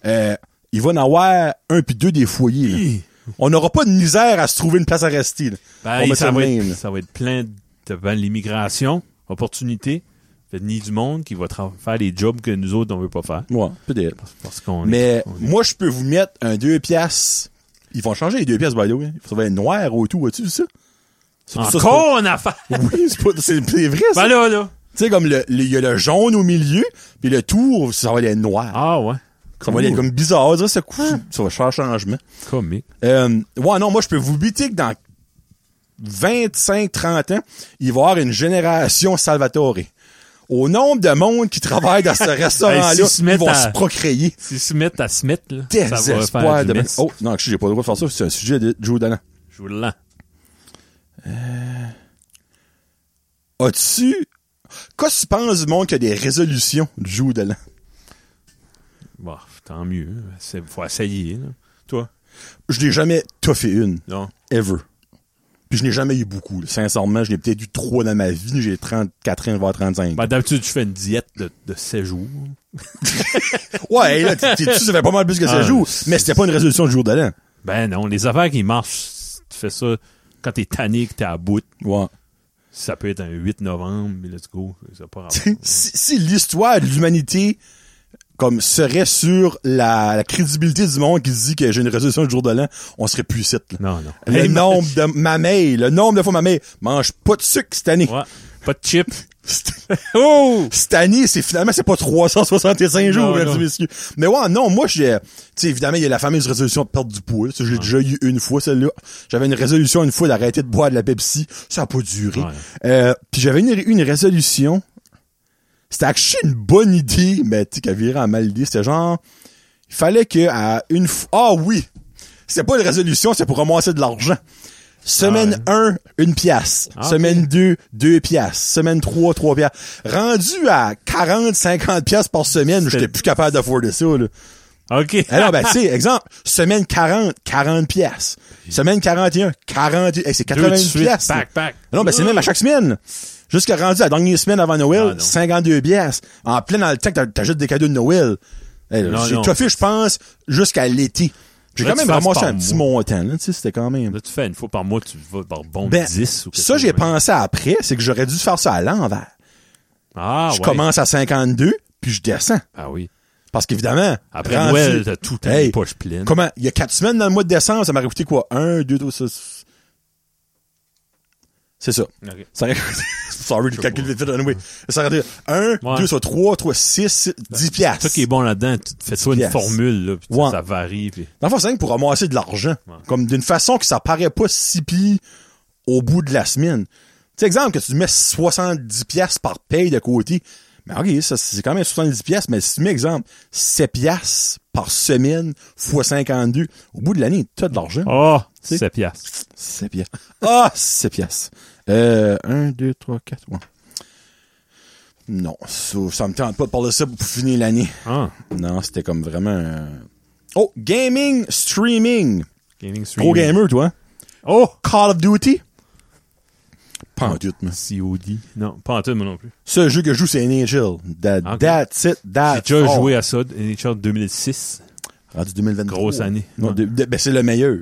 euh, il va en avoir un puis deux des foyers. là. Hi. On n'aura pas de misère à se trouver une place à rester. là. Ben, on et met ça, ça de va même, être, là. ça va être plein de, ben, l'immigration, opportunité, fait ni du monde qui va tra- faire des jobs que nous autres, on veut pas faire. Ouais, peut-être. Parce qu'on est- Mais on est- moi, je peux vous mettre un deux piastres. Ils vont changer les deux piastres, by the way. Ça va être noir ou tout, vois-tu vu ça? C'est pour ça, c'est pas- Encore une affaire! Oui, c'est pas- c'est c'est vrai, ça. Ben là, là. Tu sais, comme le, le- il y a le jaune au milieu, puis le tour, ça va aller noir. Ah Hein? ouais. ça va aller comme bizarre. On dirait que ça, coûte- ça va faire changement. Comique. Euh, ouais, non, moi, je peux vous buter que dans 25, 30 ans, il va y avoir une génération Salvatore. Au nombre de monde qui travaille dans ce restaurant-là, s'ils se ils mettent vont à- se procréer. Si Smith à Smith, là, ça va Désespoir faire de... du mess. Oh, non, j'ai pas le droit de faire ça, c'est un sujet de Joe Danan. Je vous le lance. As-tu... Qu'est-ce que tu penses du monde qui a des résolutions de Joe Danan? Bon, tant mieux. C'est- Faut essayer, là. Toi? Je n'ai jamais toffé une. Non. ever. Puis je n'ai jamais eu beaucoup. là. Sincèrement, je n'ai peut-être eu trois dans ma vie. J'ai 34 ans, voire 35. Ben, d'habitude, je fais une diète de, de 7 jours. ouais, là, t'es- t'es- tu ça fait pas mal plus que ça Ben, Ah, joue. c'est- Mais c'était pas une résolution du jour de l'an. Ben non, les affaires qui marchent, tu fais ça quand t'es tanné, que t'es à bout. Ouais. Ça peut être un 8 novembre, mais let's go. Ça a pas rapport. si si l'histoire de l'humanité comme serait sur la, la crédibilité du monde qui dit que j'ai une résolution du jour de l'an, on serait plus ici, là. Non, non. Le Hey, nombre de ma mère, le nombre de fois ma mère mange pas de sucre cette année. Ouais. Pas de chip. Cette- Oh! cette année, c'est finalement, c'est pas 365 jours, Non, mesdames et non. messieurs. Mais ouais, non, moi, j'ai, tu sais, évidemment, il y a la fameuse résolution de perdre du poids. Ça, j'ai déjà eu une fois, celle-là. J'avais une résolution une fois d'arrêter de boire de la Pepsi. Ça a pas duré. Ouais. Euh, puis j'avais une, une résolution. C'était actually une bonne idée, mais tu sais, qu'à virer en mal idée. C'était genre, il fallait que à une fois, ah oui! C'était pas une résolution, c'est pour ramasser de l'argent. Semaine 1, une pièce. Ah, Semaine 2, deux pièces. Semaine 3, trois pièces. Rendu à 40, 50 pièces par semaine, j'étais plus capable d'afforder ça, là. OK. Alors, ben, tu sais, exemple, semaine 40, 40 pièces. Semaine 41, 40, hey, c'est Deux de 80 suite, pièces. Pack, pack. Non, ben c'est même à chaque semaine. Jusqu'à rendu la dernière semaine avant Ah, Noël, non. 52 bières. En plein dans le temps que t'a- t'ajoutes des cadeaux de Noël. Hey, là, Non, J'ai non. toffé, je pense, jusqu'à l'été. J'ai Là, quand même tu passes ramassé par un petit montant, là, tu sais, c'était quand même. Là, tu fais une fois par mois, tu vas par bon Ben, 10 ou quelque ça, j'ai chose. pensé après, c'est que j'aurais dû faire ça à l'envers. Ah, je ouais. commence à 52, puis je descends. Ah oui. Parce qu'évidemment, Après rendu- Noël, t'as tout à Hey, une poche pleine. Comment? Il y a quatre semaines dans le mois de décembre, ça m'a coûté quoi? Un, deux, trois, six. C'est ça. Ok. Ça aurait coûté- Sorry, le sais calcul pas. vite vite, anyway. Ça aurait été 1, Ouais. 2, 3, 3, 6, 10 piastres. Toi Ben, qui est bon là-dedans, tu te fais toi une Yes. formule, là, puis ça- Ouais. Mm. ça varie. Puis... Dans le fond, c'est rien que pour ramasser de l'argent. Comme d'une façon que ça paraît pas si pis au bout de la semaine. Tu sais, exemple, que tu mets 70 piastres par paye de côté. Mais ok, ça, c'est quand même 70 piastres, mais si tu mets, exemple, 7 piastres par semaine fois 52, au bout de l'année, t'as de l'argent. Oh, sais. 7 piastres. 7 piastres. Ah, 7 piastres. Euh, 1, 2, 3, 4, ouais. Non, ça, ça me tente pas de parler de ça pour finir l'année. Ah, Non, c'était comme vraiment... un- Oh, gaming, streaming. gaming stream. Pro gamer, toi. hein? Oh! Call of Duty. Pas Ah, en doute, mais. COD. Non, pas en tout, moi non plus. Ce jeu que je joue, c'est NHL. That, Ah, Ok. That's it, J'ai that's déjà all. joué à ça, NHL 2006. Rendu 2023. Grosse année. Non, de- de- ben, c'est le meilleur.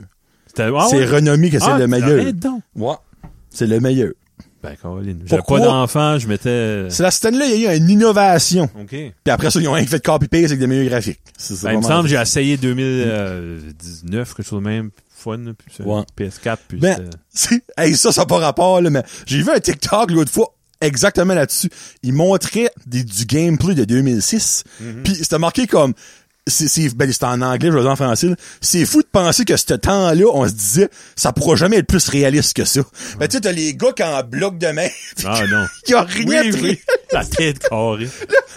C'était- Ah, c'est ouais? renommé que c'est Ah, le meilleur. arrête donc. Ouais. C'est le meilleur. Ben, Caroline. J'avais Pourquoi? pas d'enfant, je m'étais. C'est la cette année-là, il y a eu une innovation. OK. Puis après ça, ils ont rien que fait de copy-paste avec des meilleurs graphiques. C'est- c'est Ben, il me vraiment- semble que j'ai essayé 2019, quelque chose de même, puis fun, là, euh, puis sur Ouais. PS4, puis Ben, c'était- c'est- hey, ça, ça n'a pas rapport, là, mais j'ai vu un TikTok l'autre fois exactement là-dessus. Il montrait des, du gameplay de 2006. Mhm. Puis c'était marqué comme... C'est, c'est, ben, c'était en anglais, je vais le dire en français. là. C'est fou de penser que ce temps-là, on se disait, ça pourra jamais être plus réaliste que ça. Ben, tu sais, t'as les gars qui en bloc de main, Ah, non. qui ont rien Oui, de oui. La tête carrée.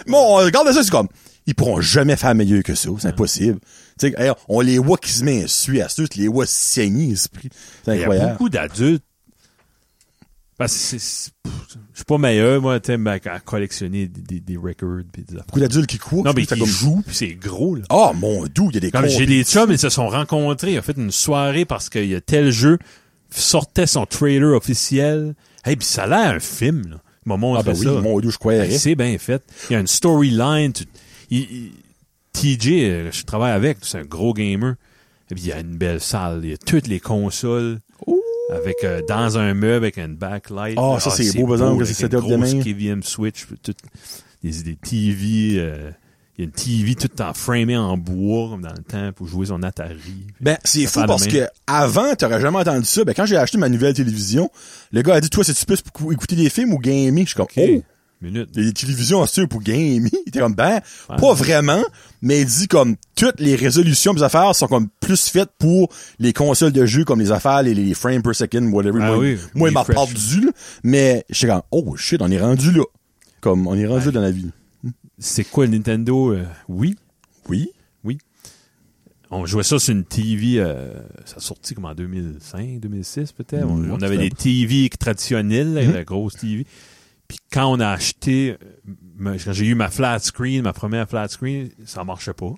Bon, on regarde ça, c'est comme, ils pourront jamais faire mieux que ça, c'est impossible. Tu sais, hey, on les voit qui se met suie à ceux, tu les voit saigner, c'est c'est Il y a incroyable. beaucoup d'adultes. Parce que c'est- c'est- pff, je suis pas meilleur, moi, t'aimes à, à collectionner des, des, des records pis des affaires. Beaucoup d'adultes qui courent, Non, mais c'est ils comme, jouent pis c'est gros, là. ah, mon doux, il y a des Comme cons- j'ai des chums, ils se sont rencontrés, ils ont fait une soirée parce qu'il y a tel jeu, sortait son trailer officiel. Hey, pis ça a l'air un film, là. Ils m'ont Ah, montré ben oui, ça. mon doux, je croyais. Hey, c'est bien fait. Il y a une storyline. tu- il- il- TJ, euh, je travaille avec, c'est un gros gamer. Et puis, il y a une belle salle. Il y a toutes les consoles. Avec, euh, dans un meuble avec une backlight. Ah, ça, c'est beau, par exemple, que avec c'est une setup de grosse main. KVM Switch. puis tout- des, des TV. euh, il y a une TV tout en framée en bois, comme dans le temps, pour jouer son Atari. Ben, c'est fou faire parce de que avant, t'aurais jamais entendu ça. Ben, quand j'ai acheté ma nouvelle télévision, le gars a dit, toi, c'est-tu plus pour écouter des films ou gamer? Je suis comme, oh! Minute. Il y a des télévisions en studio pour gamer. Il était comme, ben, pas vraiment, mais il dit comme, toutes les résolutions des affaires sont comme plus faites pour les consoles de jeux, comme les affaires, les, les frames per second, whatever. Ah moi, oui, moi, il m'a refresh. parle du, là. Mais, je suis comme, oh shit, on est rendu là. Comme, on est rendu là dans la vie. C'est quoi le Nintendo? euh, oui. Oui. On jouait ça sur une TV, euh, ça a sorti comme en 2005, 2006 peut-être. On- Mm, on ouais, avait des c'était- Mhm. TV traditionnelles, là, la grosse TV. Puis quand on a acheté, euh, ma- quand j'ai eu ma flat screen, ma première flat screen, ça marchait pas.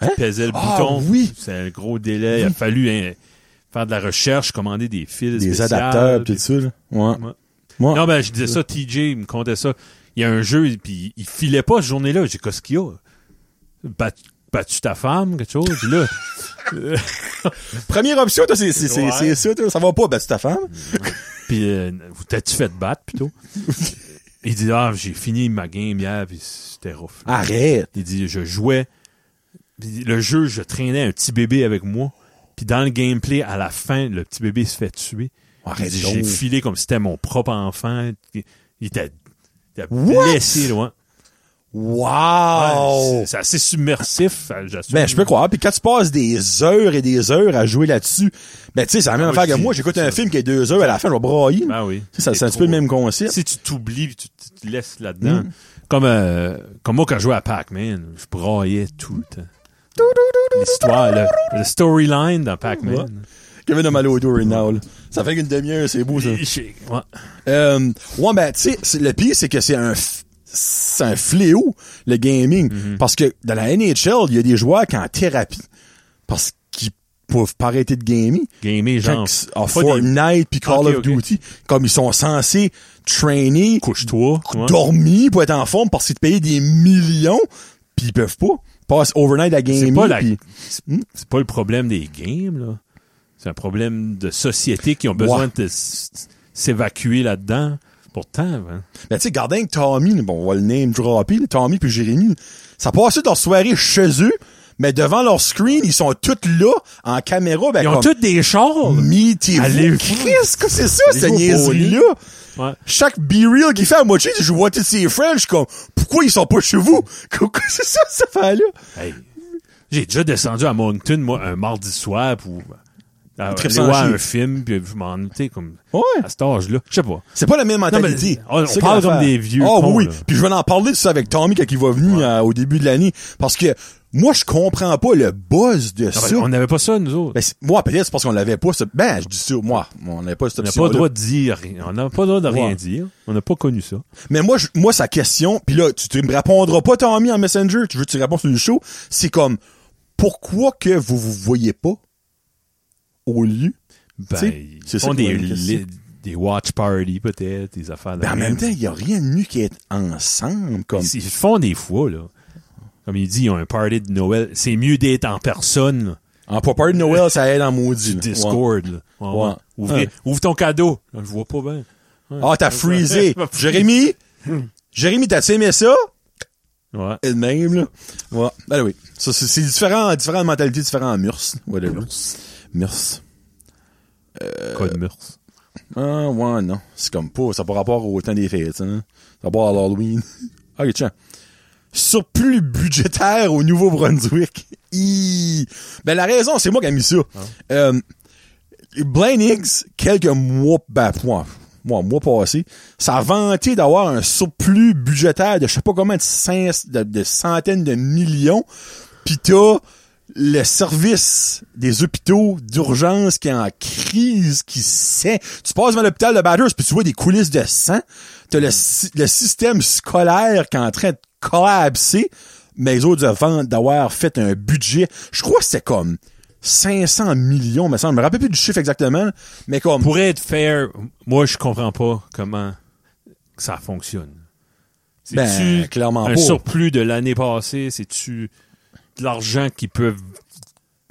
Hein? Tu pesais le Ah, bouton, oui. c'est un gros délai. Il a fallu hein, faire de la recherche, commander des fils Des spéciales, adapteurs, pis puis- tout ça, là. Ouais. Ouais. Moi, Non, ben, je disais ça, TJ, il me comptait ça. Il y a un jeu, puis il filait pas cette journée-là. J'ai dit, qu'est-ce qu'il y a? Bat- Battu ta femme, quelque chose? Puis là, première option, toi, c'est, c'est, c'est, Ouais. c'est ça, toi. Ça va pas, ben, c'est ta femme. puis euh, vous t'as-tu fait battre, plutôt? il dit, ah, j'ai fini ma game hier, puis c'était rough. Ah. Arrête. Il dit, je jouais. Puis le jeu, je traînais un petit bébé avec moi. Puis dans le gameplay, à la fin, le petit bébé se fait tuer. Il Arrête dit, donc. j'ai filé comme si c'était mon propre enfant. Il était, il était What? blessé, loin. Wow! Ouais, c'est- c'est assez submersif, euh, j'assume. Ben, je peux croire. Puis quand tu passes des heures et des heures à jouer là-dessus, ben, tu sais, c'est la même Ah, affaire oui, que moi. c'est- J'écoute c'est- un film qui est deux heures, à la fin, je vais brailler. Ben oui. Tu sais, ça- c'est un trop- petit peu le même concept. Si tu t'oublies, tu, tu te laisses là-dedans. Mm. Comme, euh, comme moi, quand je jouais à Pac-Man, je braillais tout le temps. L'histoire, le, le storyline dans Pac-Man. Kevin de Malodo right now, là. Ça fait qu'une demi-heure, c'est beau, ça. Et j'ai- ouais. Euh, ouais, ben, tu sais, c'est- le pire, c'est que c'est un, f- c'est un fléau, le gaming. Mm-hmm. Parce que dans la NHL, il y a des joueurs qui sont en thérapie. Parce qu'ils peuvent pas arrêter de gamer. Gamer, Quand genre. ils- en pas des- Fortnite puis Call Ok, of ok. Duty, comme ils sont censés trainer, Couche-toi. ouais. dormir pour être en forme parce qu'ils te payent des millions, puis ils peuvent pas. Passe overnight à C'est gaming. pas, la- puis- c'est- c'est pas le problème des games, là. C'est un problème de société qui ont besoin Ouais. de s- s'évacuer là-dedans. Pourtant, hein. Ben, tu sais, gardien avec Tommy, bon, on va le name dropper, là, Tommy puis Jérémy, ça passait leur soirée chez eux, mais devant leur screen, ils sont tous là, en caméra, ben, ils ont comme, tous des chars. là. meetez-vous. Allez, Qu'est-ce que c'est ça, Allez cette jouer au niaiserie-là? Ouais. Chaque be-real qu'il fait à moitié, je vois tous ces French, comme, pourquoi ils sont pas chez vous? Qu'est-ce que c'est ça, cette affaire-là? Hey, j'ai déjà descendu à Moncton, moi, un mardi soir pour euh, trip aller sans voir jus. un film, puis je m'en étais comme Ouais. à cet âge-là. Je sais pas. C'est pas la même mais mentalité. on- on C'est ça parle qu'on va comme faire. des vieux Ah cons, oui, là. puis je vais en parler de ça avec Tommy quand il va venir euh, au début de l'année parce que moi je comprends pas le buzz de Non, ça. ben, on n'avait pas ça, nous autres. Ben, c'est- moi peut-être c'est parce qu'on l'avait pas ce ben je dis ça moi, on n'avait pas cette on n'a option. pas le droit de dire rien. On n'a pas le droit de rien Ouais. dire. On n'a pas connu ça. Mais moi je- moi sa question, puis là tu, tu me répondras pas Tommy en Messenger, tu veux que tu réponds sur le show, c'est comme pourquoi que vous vous voyez pas au lieu Ben, sais, c'est ils ça font qui des, m'a mis question. li- des watch parties, peut-être, des affaires de Ben, en même. même temps, il y a rien de mieux qu'être ensemble comme Ils, ils font des fois, là. Comme il dit, ils ont un party de Noël. C'est mieux d'être en personne, là. en pas peur de Noël, ça aide en maudit. là. Ouais. Discord, là. Ouais, Ouais. ouais. Ouvrez- Ouais. Ouvre ton cadeau. Je le vois pas bien. Ah, t'as freezé. Jérémy, Jérémy, t'as aimé ça? Ouais. Hmm. Et de même, là. Ouais. Ben oui. Ça, c'est, c'est différent, différentes mentalités, différents murs. Whatever. Murs. Euh, Code Meurs. Ah, ouais, non. C'est comme pas, ça n'a pas rapport au temps des fêtes, hein. Ça n'a pas rapport à l'Halloween. ok, tiens. Surplus budgétaire au Nouveau-Brunswick. Hi. Ben, la raison, c'est moi qui ai mis ça. Euh, Blaine Higgs, quelques mois, ben, moi, moi, mois passé, ça a vanté d'avoir un surplus budgétaire de je sais pas combien de, cin- de, de centaines de millions. Pis t'as le service des hôpitaux d'urgence qui est en crise, qui sait. Tu passes devant l'hôpital de Batters puis tu vois des coulisses de sang. T'as le, sy- le système scolaire qui est en train de collapser. Mais les autres avant d'avoir fait un budget, je crois que c'était comme 500 millions, me semble. Je me rappelle plus du chiffre exactement, mais comme... Pour être fair, moi, je comprends pas comment ça fonctionne. Ben, C'est-tu clairement un pas. surplus de l'année passée? C'est-tu de l'argent qu'ils peuvent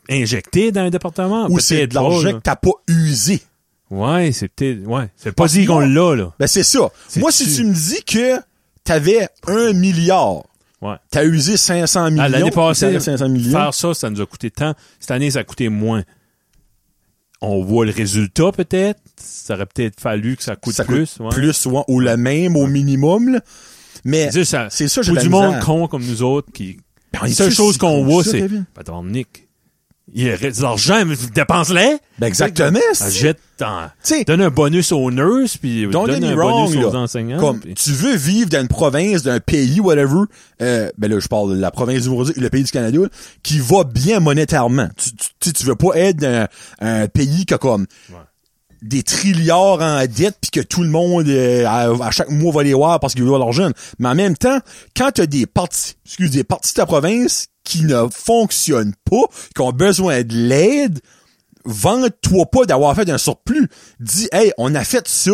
injecter dans un département? Ou c'est Peut-être de pas, l'argent là. que t'as pas usé. Ouais, c'est peut-être... Ouais. C'est pas dit qu'on l'a, là. Ben, c'est ça. C'est Moi, si tu- tu me dis que t'avais un milliard, Ouais. T'as usé 500 millions. Ah, L'année passée, t'as 500 millions. faire ça, ça nous a coûté tant. Cette année, ça a coûté moins. On voit le résultat, peut-être. Ça aurait peut-être fallu que ça coûte ça coûte plus. ouais. plus ouais, ou le même au minimum. là. Mais C'est ça. c'est ça, j'ai Pour de la du monde misère. con comme nous autres qui. Ben, on la est seule tous chose si qu'on cons voit, que ça, c'est. Kevin? Attends, Nick, il reste de l'argent, mais dépense-les! Ben, exactement. Ah, c'est- Jette en- Tu sais, Donne un bonus aux nurses, puis Don't get donne me un wrong, bonus aux là. enseignants. comme puis- tu veux vivre dans une province, d'un pays, whatever, euh, ben là, je parle de la province du Nouveau- le pays du Canada, là, qui va bien monétairement. Tu, tu, tu- tu veux pas être un, un pays qui a comme Ouais. des trilliards en dette puis que tout le monde euh, à, à chaque mois va les voir parce qu'ils veulent leur jeune. Mais en même temps, quand t'as des parties, excusez, des parties de ta province qui ne fonctionnent pas, qui ont besoin de l'aide, vante-toi pas d'avoir fait un surplus. Dis, hey, on a fait ça,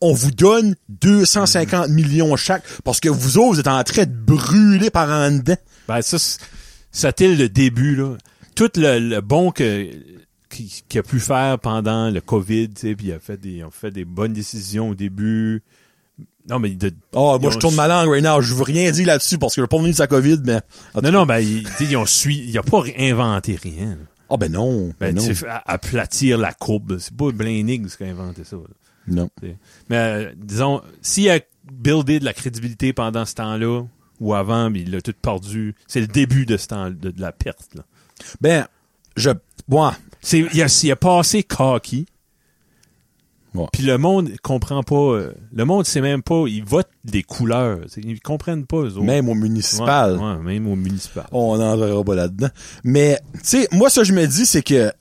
on vous donne Mm. 250 millions chaque parce que vous autres, vous êtes en train de brûler par en dedans. Ben, ça, c'est- ça a été le début, là. Tout le, le bon que qu'il qu'il a pu faire pendant le COVID, tu sais, puis il a fait des, on fait des bonnes décisions au début. Non, mais de- Oh, moi, Ils je ont- tourne ma langue right now. Je veux rien dire là-dessus parce que je veux pas venir de sa COVID, mais... Ah, non, non, ben, ils, tu sais, ils ont sui, il a pas inventé rien. là. Ah, ben non. Ben, Ben, non. tu sais, à- aplatir la courbe, là. c'est pas Blainiggs qui a inventé ça. là. non. T'sais. Mais euh, disons, s'il a buildé de la crédibilité pendant ce temps-là, ou avant, mais il l'a tout perdu, c'est le début de ce temps de, de la perte. Là. Ben, je... Moi, C'est, il, a, il a passé cocky. Ouais. Puis le monde comprend pas. euh, le monde sait même pas. Ils votent des couleurs. t'sais, Ils comprennent pas, eux autres. même au Ouais, municipal, Oh. ouais, même au municipal. on n'entrera pas là-dedans. Mais, tu sais, moi, ce que je me dis, c'est que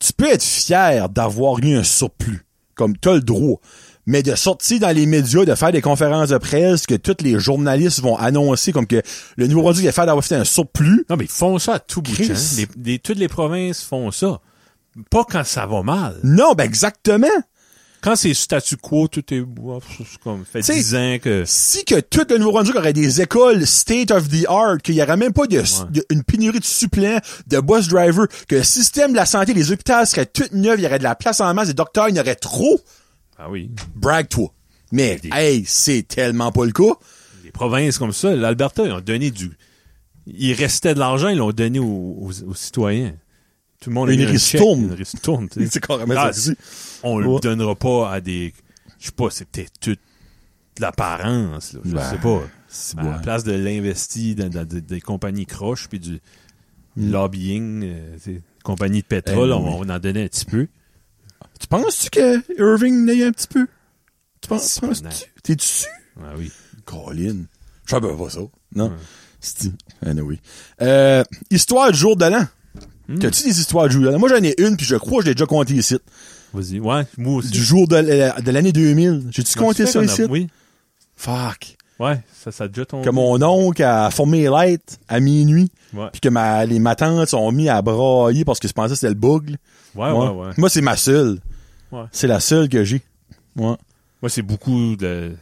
tu peux être fier d'avoir eu un surplus, comme t'as le droit, mais de sortir dans les médias, de faire des conférences de presse, que tous les journalistes vont annoncer comme que le nouveau produit est fier d'avoir fait un surplus, Non, mais ils font ça à tout bout de Chris. champ. Les- les- Toutes les provinces font ça. Pas quand ça va mal. non, ben exactement. Quand c'est statu quo, tout est... ouais, c'est comme, fait T'sais, 10 ans que... Si que tout le Nouveau-Brunswick aurait des écoles state of the art, qu'il y aurait même pas de, de- une pénurie de suppléants, de bus drivers, que le système de la santé, les hôpitaux seraient toutes neufs, il y aurait de la place en masse, les docteurs, il y en aurait trop, Ah oui. brague-toi. Mais, hey, c'est tellement pas le cas. des provinces comme ça, l'Alberta, ils ont donné du. Il restait de l'argent, ils l'ont donné aux, aux- aux citoyens. Tout le monde a Une mis un ristourne. chèque, Une ristourne. tu sais. C'est carrément Ah, ça que c'est. On le Ouais. donnera pas à des. Je sais pas, c'est peut-être toute l'apparence. là, Je Ben, sais pas. c'est À bon. la place de l'investir dans, dans des, des compagnies croches puis du Mm. lobbying, euh, tu sais, compagnie de pétrole, Eh oui. on, on en donnait un petit peu. Tu penses-tu que Irving n'a eu un petit peu? Tu penses, Tabarnak. penses-tu? T'es-tu sûr? Ah oui. Colin. Je savais pas ça. Non. C'est-tu. Anyway. Euh, histoire du jour de l'an. Hmm. T'as-tu des histoires du jour de l'an? Moi, j'en ai une, puis je crois que je l'ai déjà compté ici. Vas-y. Ouais, moi aussi. Du jour de, l- de l'année 2000. J'ai-tu Comment Bah, tu compté fais ça qu'on a- ici? Oui. Fuck. Ouais, ça, ça a déjà tombé. Que mon oncle a formé light à minuit, Ouais. puis que ma, les ma tante sont mis à brailler parce que je pensais que c'était le bug. Ouais, ouais, Ah, ouais. Moi, c'est ma seule. Ouais. C'est la seule que j'ai. Ouais. Moi, c'est beaucoup de,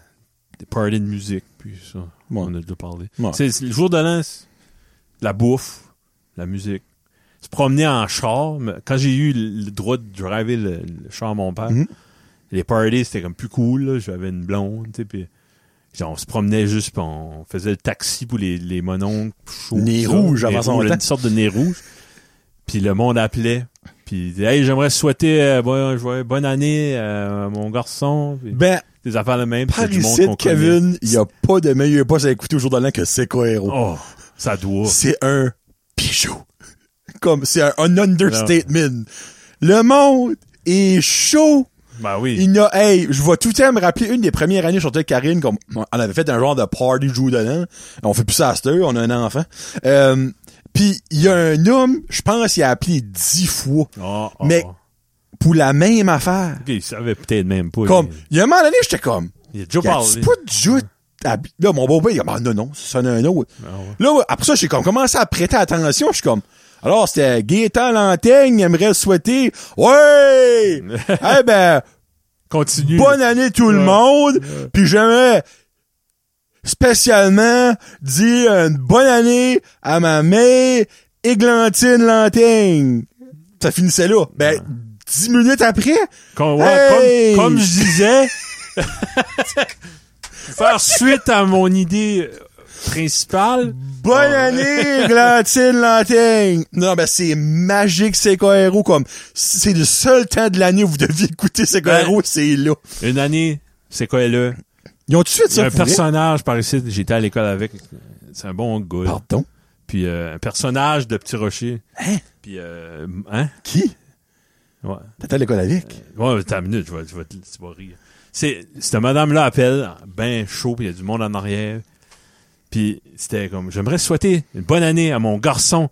de parties de musique, puis ça. On a déjà parlé. Ouais. C'est, c'est le jour de l'an, c'est la bouffe, la musique. Se promener en char. mais Quand j'ai eu le le droit de driver le, le char à mon père, Mhm. les parties, c'était comme plus cool. là. J'avais une blonde, tu sais, puis genre, on se promenait juste, puis on faisait le taxi pour les, les mononcles. chauds, Nez tout ça. rouge avant Nez son rouge, temps. Une sorte de nez rouge. Puis le monde appelait. Puis il disait, hey, j'aimerais souhaiter euh, bon- joyeux- bonne année euh, à mon garçon. Puis- Ben, des affaires de même. c'est par du monde ici, qu'on connaît. Kevin, il n'y a pas de meilleur boss à écouter au jour de l'an que Seco Hero. Oh, ça doit. C'est un bijou. Comme, c'est un, un understatement. Le monde est chaud. Ben oui. Il y a, hey, je vois tout le temps me rappeler une des premières années, je sortais avec Karine, comme, on avait fait un genre de party du jour de l'an. On fait plus ça à cette heure, on a un enfant. Euh, puis il y a un homme, je pense, il a appelé dix fois Ah, ah, Mais- ah. pour la même affaire. Ok, il savait peut-être même pas. Comme, mais- il y a un moment donné, j'étais comme, Il a déjà Y a-tu parlé. pas de joute? à- Là, mon beau-père, il dit, Ah, non, non, ça en a un autre. Ah ouais. Là, ouais, après ça, j'ai comme commencé à prêter attention. Je suis comme, alors, c'était Gaétan Lantaigne, aimerait souhaiter, ouais! eh ben, Continue. bonne année tout le Ouais. monde! Puis j'aimerais spécialement dire une bonne année à ma mère, Églantine Lantaigne. Ça finissait là. Ben, dix minutes après, Comme, ouais, Hey! comme, comme je disais. Faire suite à mon idée principale. Bonne année, Glantine Lantaigne! Non, ben, c'est magique, Seco Hero, comme, c'est le seul temps de l'année où vous deviez écouter Seco Ben- Hero, c'est là. Une année, c'est quoi là? Ils ont tout fait ça, Un pour vrai? personnage par ici, j'étais à l'école avec. C'est un bon gars. là. Pardon? Puis euh, un personnage de Petit Rocher. Hein? Puis, euh, hein? Qui? Ouais. T'étais à l'école avec? Ouais, t'as une minute, je vais, je vais te- tu vas rire. C'est, cette madame-là appelle, ben chaud, puis il y a du monde en arrière. Puis c'était comme, j'aimerais souhaiter une bonne année à mon garçon,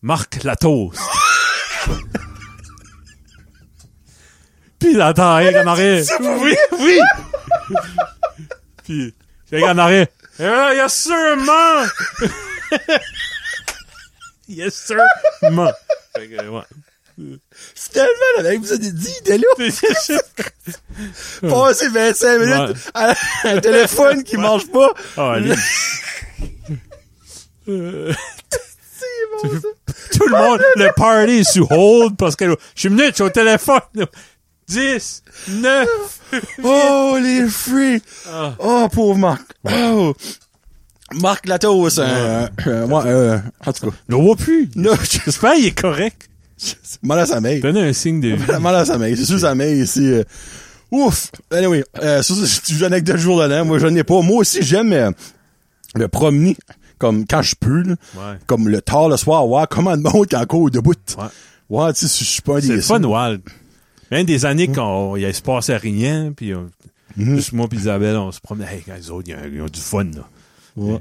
Marc Latos. puis il entend rien en arrière. Oui, oui! Puis il en arrière. Ah, yes, sûrement! yes, sûrement! Fait que, ouais. C'est tellement, là, avec vous a dit, il était là. Passer 25 minutes à un téléphone qui marche pas. Ah, lui, C'est bon, ça. tout le monde, le party est sous hold parce que je suis venu, je suis au téléphone. 10, 9. Oh, les freaks! Ah. Oh, pauvre Marc. Oh. Marc Latos, euh, euh, moi, euh, en tout cas. Le voit plus. Non, je J'espère qu'il est correct. mal à sa mère. Donnez un signe de vie. Mal à sa mère. C'est sûr, sa mère, ici. euh, Ouf! Anyway, euh, ça, c'est tu j'en ai que deux jours de l'an. Moi, j'en ai pas. Moi aussi, j'aime euh, me promener, comme quand je peux, là. Ouais. Comme le tard le soir, voir comment de monde qui est encore debout. Ouais. Ouais, tu sais, si je suis pas un C'est des- le fun, Wald. Même des années Mm. quand il y a- il se passait rien, puis on- Mm-hmm. juste moi puis Isabelle, on se promenait. Hey, quand les autres, ils ont- ils ont du fun, là. Ouais.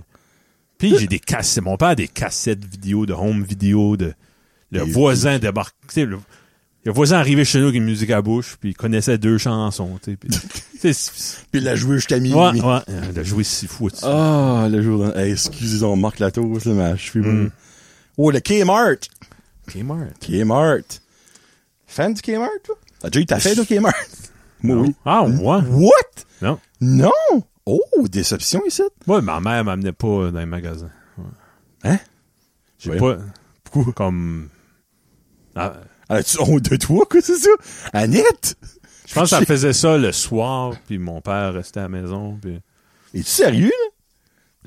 Puis j'ai des cassettes. Mon père a des cassettes vidéo, de home vidéo, de le Et- voisin débarque. tu sais, Le, le voisin arrivé chez nous avec une musique à bouche, puis il connaissait deux chansons. tu sais, puis- tu sais, c'est- Puis la jouer jusqu'à minuit. ouais, ouais, il a joué six fois. tu sais. Ah, le jour d'un... Hey, excusez-moi, Marc Latour, c'est ma cheville. Mm. Oh, le Kmart! Kmart. Kmart! Fan du Kmart, toi? T'as déjà eu ta fête au Kmart? Moi, oui. Ah, ouais. What? Non. Non! Oh, déception ici. Moi, ma mère m'amenait pas dans les magasins. Ouais. Hein? J'ai Ouais. pas. Pourquoi? Comme. Ah, Ah, tu honte de toi, quoi, c'est ça? Annette! je pense qu'elle faisait ça le soir, puis mon père restait à la maison. Puis... Es-tu sérieux, là?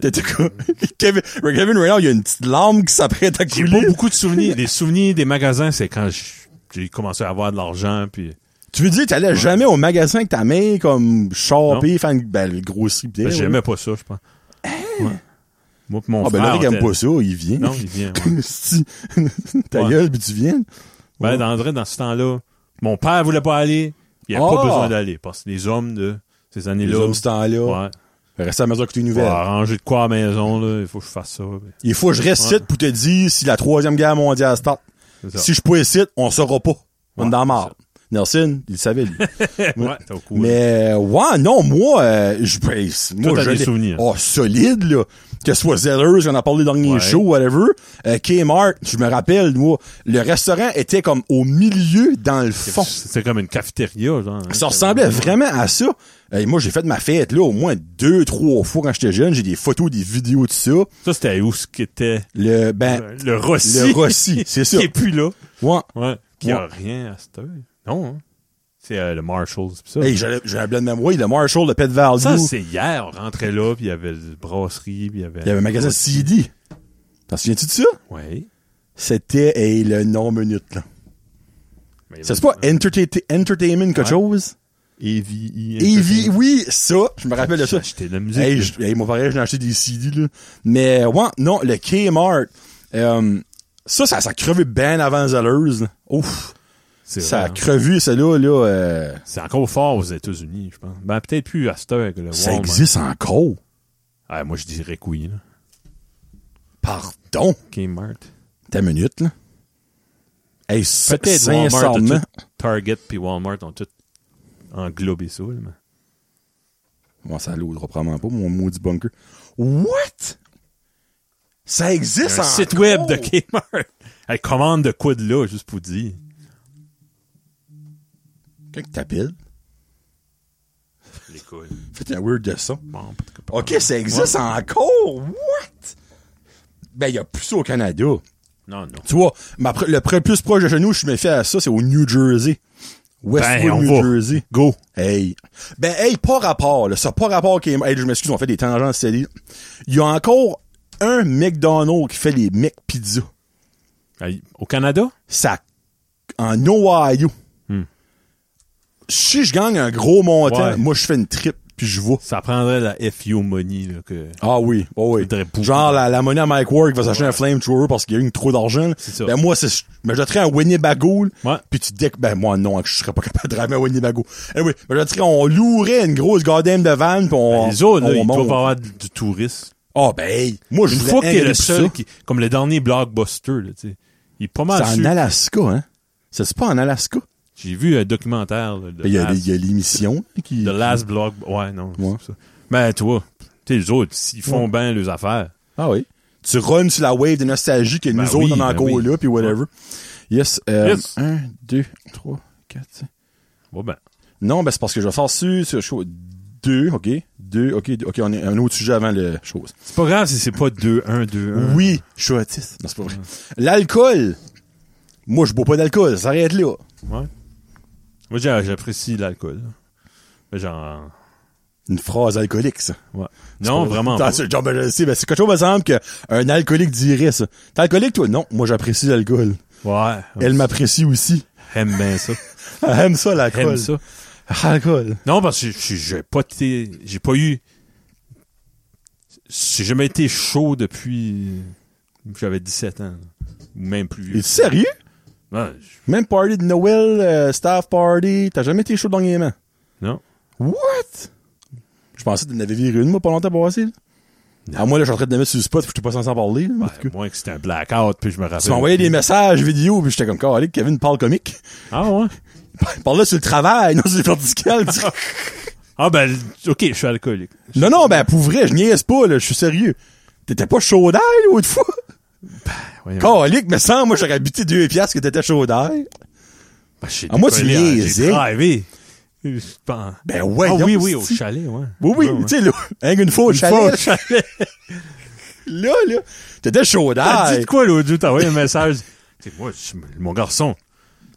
T'étais quoi? Kevin, Kevin Reynolds, il y a une petite larme qui s'apprête à J'ai pas couler. beaucoup de souvenirs. Les souvenirs des magasins, c'est quand j- j'ai commencé à avoir de l'argent, puis. Tu veux dire, t'allais jamais au magasin avec ta main, comme, choper, faire une belle grosserie. Ben, ouais. J'aimais pas ça, je pense. Ouais. Moi pis mon Eh. Ah, ben, frère. là, il on aime était- pas ça, il vient. Non, il vient. ouais. Si. Ta Ouais. gueule, puis tu viens. Ben, dans, vrai, dans ce temps-là, mon père voulait pas aller. Il avait Ah! pas besoin d'aller. Parce que les hommes de ces Les années-là. hommes, ce temps-là. ouais. Reste à la maison écouter une Faut nouvelle. arranger de quoi à la maison, là. Il faut que je fasse ça. Il faut que je reste Ouais. ici pour te dire si la troisième guerre mondiale start. C'est ça. Si je suis pas ici, on saura pas. On est Ouais, dans la c'est mort. Nelson, il le savait, lui. ouais, t'es au courant. Mais, ouais, non, moi, euh, je, ben, c'est- moi, t'as je des l'ai- souvenirs. Oh, solide, là. Que ce soit Zellers, j'en ai parlé dans le dernier Ouais. show, whatever. Euh, Kmart, je me rappelle, moi, le restaurant était comme au milieu, dans le fond. C'était comme une cafétéria, genre. hein. Ça ressemblait vraiment à ça. Et moi, j'ai fait ma fête, là, au moins deux, trois fois quand j'étais jeune. J'ai des photos, des vidéos de ça. Ça, c'était où ce qui était Le, ben, euh, le Rossi. Le Rossi, c'est ça. Qui est plus là. ouais. Ouais. Qui a rien à cette heure. Non, hein. C'est euh, le Marshalls. pis ça. Hey, j'avais j'avais un blanc de mémoire. Le Marshall, le Pet Value. ça, c'est hier. On rentrait là, puis il y avait la brasserie, puis il y avait. il y avait un magasin CD. T'en souviens-tu de ça? Ouais. C'était, hey, le nom minute, là. Mais C'est pas enterta- Entertainment quelque Ouais. chose? Evie. Evie, oui, ça, je me rappelle de ça. J'achetais de la musique. Hey, je- hey, mon frère, j'ai acheté des CD, là. Mais, ouais, non, le Kmart, euh, ça, ça, ça a crevé bien avant Zellers, là. Ouf. c'est Ça a vrai, hein. crevé, celle-là, là. euh, C'est encore fort aux États-Unis, je pense. Ben, peut-être plus à cette heure que le ça Walmart. existe encore. Ah, moi, je dirais que oui, là. Pardon. Kmart. Ta minute, là. Hey, ça, Peut-être Walmart a sincèrement. tout- Target puis Walmart ont tout englobé ça. là, mais- Bon, ça l'audra probablement pas, mon maudit bunker. What? Ça existe Un encore? site web de Kmart. Elle commande de quoi de là, juste pour dire. Quand que t'appelles, Les couilles. faites un weird de ça. Bon, en tout cas, pas- OK, ça existe encore? What? Ben, il y a plus ça au Canada. Non, non. Tu vois, ma pr- le pre- plus proche de chez nous, je me fais à ça, c'est au New Jersey. Westwood, Ben, on New va. Jersey. Go. Hey. Ben, hey, pas rapport, là. Ça, pas rapport qui est- Hey, je m'excuse, on fait des tangents séries. Il y a encore un McDonald's qui fait les Mc Pizza. Aïe. Au Canada? Ça, en Ohio. Si je gagne un gros montant, Hmm. Ouais. moi, je fais une trip, puis je vais. Ça prendrait la FU money, là, que... Ah oui, oh oui. Faudrait beaucoup. Genre, la, la monnaie à Mike Ward qui va s'acheter un flamethrower parce qu'il y a eu trop d'argent. là. ça. Ben moi, c'est, je me jetterais un Winnebago, là, Ouais. puis tu dis que, ben moi non, que je serais pas capable de ramener un Winnebago. Eh oui, je me jetterais, on louerait une grosse goddamn de van, puis on... Ben, les autres, on là, il doit pas monte. avoir du, du tourisme. Ah ben, hey, moi, je Une voulais fois qu'il est aimer le pour seul, ça. qui, comme le dernier blockbuster, là, tu sais. Il est pas mal C'est en sûr. Alaska, hein? C'est pas en Alaska? J'ai vu un documentaire, là, de Ben, Il y a, Last- il y a l'émission qui... The Last Block. Ouais, non. Ouais. c'est ça. Mais toi, tu sais, les autres, ils font bien leurs affaires. Ah oui. Tu runs sur la wave de nostalgie que Ben nous autres, oui, on a ben encore oui. là, puis whatever. Yes. Euh, Yes. 1, 2, 3, 4, Bon, ben. Non, ben c'est parce que je vais faire sur, sur show 2, ok? 2, ok, deux, ok, on est un autre sujet avant le chose. C'est pas grave si c'est pas 2-1, 2-1. Oui, je suis autiste. Non, c'est pas vrai. L'alcool. Moi, je bois pas d'alcool, ça arrête là. Ouais. Moi, j'ai- j'apprécie l'alcool. là. Mais genre. Une phrase alcoolique, ça. Ouais. C'est Non, pas- vraiment. Attends, pas. c'est- genre, ben, je le sais, ben, c'est quelque chose, me semble, qu'un alcoolique dirait ça. T'es alcoolique, toi? Non, moi, j'apprécie l'alcool. Ouais. Elle m'apprécie aussi. Aime bien ça. Elle aime ça, l'alcool. Aime ça. Alcool. Non, parce que j'ai- j'ai pas été. J'ai pas eu. J'ai jamais été chaud depuis. que J'avais 17 ans. Ou même plus vieux. Es-tu sérieux? Ouais, je- Même party de Noël, euh, staff party, t'as jamais été chaud dernièrement? non. What? Je pensais que tu en avais viré une, moi, pas longtemps passé. là. Non. Ah, moi, là, je suis en train de me mettre sur le spot, puis je suis pas censé en parler. là, en tout cas. À moins que c'était un blackout, puis je me rappelle. Tu m'as envoyé des messages vidéo, puis j'étais comme, allez, Kevin parle comique. Ah ouais? Parle là sur le travail, non sur les verticales. Ah ben, ok, je suis alcoolique. non, non, ben, pour vrai, je niaise pas, là, je suis sérieux. T'étais pas chaud d'air, l'autre fois? Voyons. Calique, mais sans, moi, j'aurais buté deux piastres que t'étais chaud d'air. Ben, j'ai Ah, moi, tu décollé, hein, niaisais. J'ai drivé. Je pense. Ben, ouais, ah donc, oui, oui, au c'est- chalet, ouais. Oui, oui, Ouais, ouais. tu sais, là, hein, une fois au Une fois chalet, au chalet. là, là, t'étais chaud T'as d'air. dit de quoi, l'autre jour? T'as envoyé un message. T'sais, Ah, moi, je- mon garçon.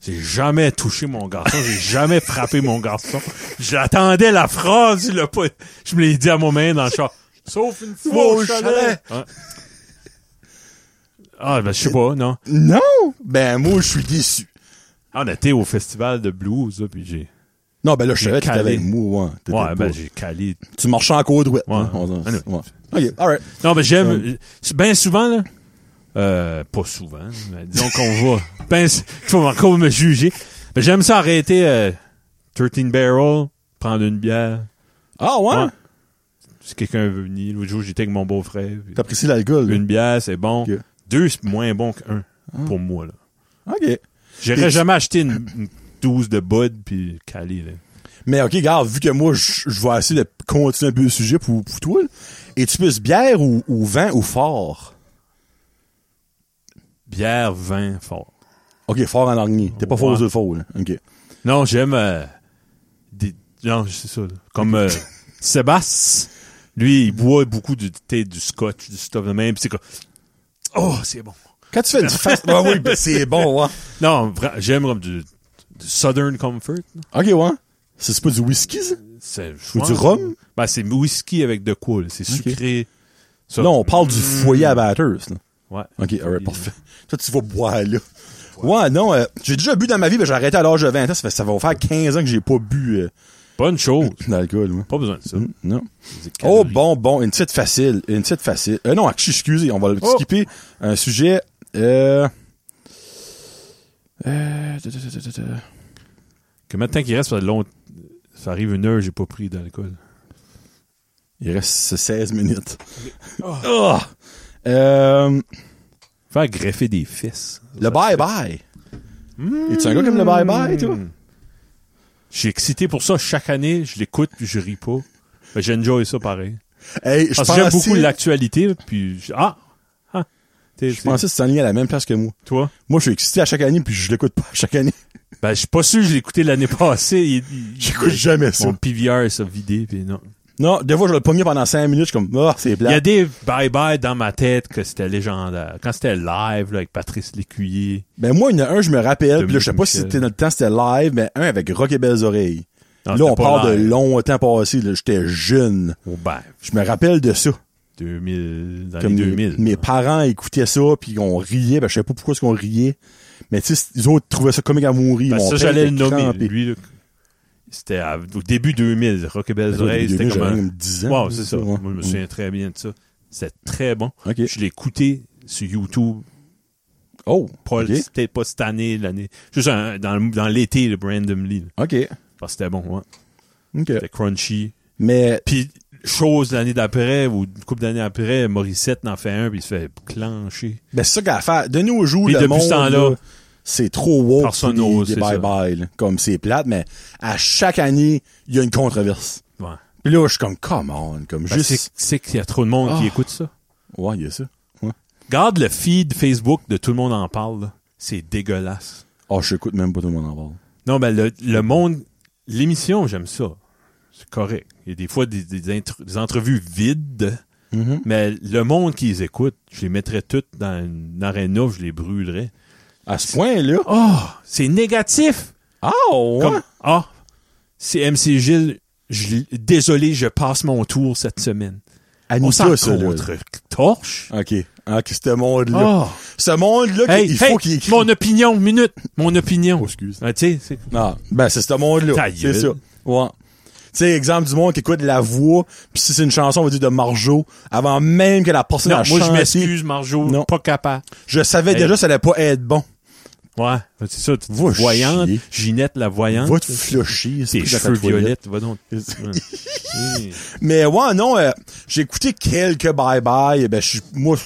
J'ai jamais touché mon garçon. J'ai jamais frappé mon garçon. J'attendais la phrase. il l'a pas- Je me l'ai dit à mon main dans le char. Sauf une fois au chalet. Ouais. Ah, ben, je sais pas, non. Non! Ben, moi, je suis déçu. Ah, on était au festival de blues, là, puis j'ai. Non, ben là, je J'ai savais que t'étais calé. avec moi, ouais. T'étais Ouais, pas- ben, j'ai calé Tu marchais en cours de ouais. Ouais. on- Anyway. ouais. OK, alright. Non, mais j'aime. Bien souvent, là. Euh, pas souvent. Mais disons qu'on va. Ben, s- faut encore me juger. Mais j'aime ça arrêter euh, 13 Barrel, prendre une bière. Ah ouais? Ouais. Si quelqu'un veut venir, l'autre jour, j'étais avec mon beau-frère. puis T'apprécies l'alcool. là. Une bière, c'est bon. Ok. Ah. Deux, c'est moins bon qu'un, pour moi, là. OK. J'aurais Et- jamais acheté une, une 12 de Bud puis calé, là. Mais OK, garde, vu que moi, je je vais essayer de continuer un peu le sujet pour, pour toi, là. es-tu plus bière ou, ou vin ou fort? Bière, vin, fort. OK, fort en ornie. T'es pas Ouais. fort aux fort, là. OK. Non, j'aime. euh, des... Non, c'est ça. là. Comme euh, Sébastien, lui, il boit beaucoup du thé, du scotch, du stuff de même. pis c'est comme. Oh, c'est bon. Quand tu fais une fast... Ah oui, ben, c'est bon, ouais. Non, vra- j'aime comme du, du Southern Comfort. là. OK, ouais. C'est c'est pas du whisky, ça? C'est, je Ou pense. du rhum? Ben, c'est whisky avec de quoi, là. C'est sucré. Ça- Non, on parle du foyer à batteuse, là. Ouais. OK, alright, parfait. euh, Toi, tu vas boire là. Ouais, non, euh, j'ai déjà bu dans ma vie, mais j'ai arrêté à l'âge de 20 ans. Ça, fait, ça va faire 15 ans que j'ai pas bu euh, Bonne chose. d'alcool, moi. Pas besoin de ça. Mm, Non. C'est calories. Oh, bon, bon, une petite facile. Une petite facile. Euh, non, actu- excusez, on va Oh. skipper un sujet. Euh... euh, ta, ta, ta, ta, ta. Que maintenant qu'il reste, ça, fait long... ça arrive une heure, j'ai pas pris d'alcool. Il reste 16 minutes. Ah! Oh. Euh, Faire greffer des fesses. le bye-bye. Es-tu un gars comme le bye-bye, toi? Mm. Je suis Hmm. excité pour ça. Chaque année, je l'écoute puis je ris pas. Mais j'enjoy ça pareil. Hey, je Parce que j'aime pensais- beaucoup l'actualité. Puis je- ah, ah. T'sais, Je pensais que tu t'enlignais à la même place que moi. toi. Moi, je suis excité à chaque année, puis je l'écoute pas à chaque année. Ben, je suis pas sûr. que Je l'ai écouté l'année passée. Il- il- J'écoute jamais ça. Mon PVR ça vidé puis non. Non, des fois, je le pogné pendant 5 minutes, je suis comme, oh, c'est Il y plat. a des bye-bye dans ma tête que c'était légendaire. Quand c'était live, là, avec Patrice Lécuyer. Ben, moi, il y en a un, je me rappelle, puis là, je sais pas Dominique si Michel. c'était dans le temps, c'était live, mais un avec Rock et Belles Oreilles. Non, là, c'était on pas parle de live. longtemps passé, là, j'étais jeune. Oh, ben, Je me rappelle de ça. 2000, dans Comme les mes- 2000. Mes, parents écoutaient ça, puis on riait, ben, je sais pas pourquoi est-ce qu'on riait. Mais tu sais, les autres trouvaient ça comique à mourir. Parce Mon que Ben, ça, père j'allais le était nommer. crampé. Lui, là, c'était à- au début 2000. Rock et Belles Au début Oreilles, c'était 2000, comme j'avais un... comme 10 ans. Wow, c'est ça. ouais. Mm. Moi, je me souviens très bien de ça. C'était très bon. OK. Je l'ai écouté sur YouTube. Oh, Pas, OK. C'était pas cette année, l'année. Juste un- dans, le- dans l'été, le randomly. là. OK. Parce que c'était bon, ouais. OK. C'était crunchy. Mais, Puis, chose l'année d'après, ou une couple d'années après, Morissette en fait un, puis il se fait clencher. ben, c'est ça qu'elle a fait. De nos jours, Puis le depuis monde, ce temps-là, là, c'est trop woke. personne pis des- n'ose, des c'est ça. bye-bye, là. Comme c'est plate, mais à chaque année, il y a une controverse. Ouais. Puis là, je suis comme, come on, comme Ben, c'est- juste. c'est qu'il y a trop de monde qui Ah. écoute ça. Ouais, il y a ça. Ouais. Garde le feed Facebook de Tout le monde en parle. là. C'est dégueulasse. Oh, je n'écoute même pas tout le monde en parle. Non, ben le, le monde, l'émission, j'aime ça. C'est correct. Il y a des fois des, des intr- des entrevues vides, Mhm. mais le monde qui les écoute, je les mettrais toutes dans une aréna, je les brûlerais. À ce point-là. Oh, c'est négatif. Ah, ouais. Comme, ah, c'est MC Gilles. je l- désolé, je passe mon tour cette semaine. On Anita, s'en ça, là. contre torche. OK. OK, ce monde-là. Oh. Ce monde-là, qu'il- Hey, il hey, faut qu'il écrit. mon opinion, minute, mon opinion. Oh, excuse. Ah, tu sais, c'est- Ah, ben c'est ce monde-là. Ta C'est gueule. ça. Ouais. Tu sais, exemple du monde qui écoute la voix, puis si c'est une chanson, on va dire de Marjo, avant même que la personne non, a moi, je chanté, m'excuse, Marjo, Non. pas capable. je savais Hey. déjà que ça allait pas être bon. Ouais, c'est ça, tu dis Va voyante, chier. Ginette la voyante. Va te flusher. Hein? tes cheveux violets, va donc. Hum. Mais ouais, non, euh, j'ai écouté quelques bye-bye, ben je suis- moi,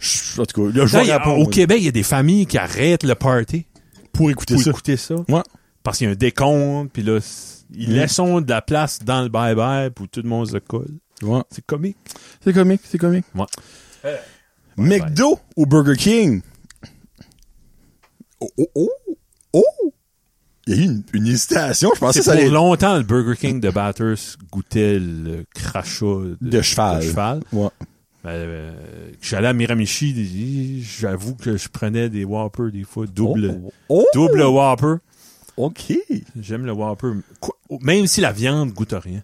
je- je- en tout cas, là, je Non, il y vais a- répondre euh, au Québec, il y a des familles qui arrêtent le party pour écouter pour ça. écouter ça. Ouais. Parce qu'il y a un décompte, puis là, c- ils Mm. laissent de la place dans le bye-bye pour tout le monde se colle. Ouais. C'est comique. C'est comique, c'est comique. Ouais. McDo ou Burger King? Oh, oh, oh, oh! Il y a eu une, une hésitation, je pensais C'est que pour Ah, ça allait... longtemps, le Burger King de Batters goûtait le crachat de, De cheval. de cheval. Ouais. Ben, euh, J'allais à Miramichi, j'avoue que je prenais des Whoppers des fois, double, Oh, oh, double Whopper. OK. J'aime le Whopper. Quoi- Même si la viande goûte à rien.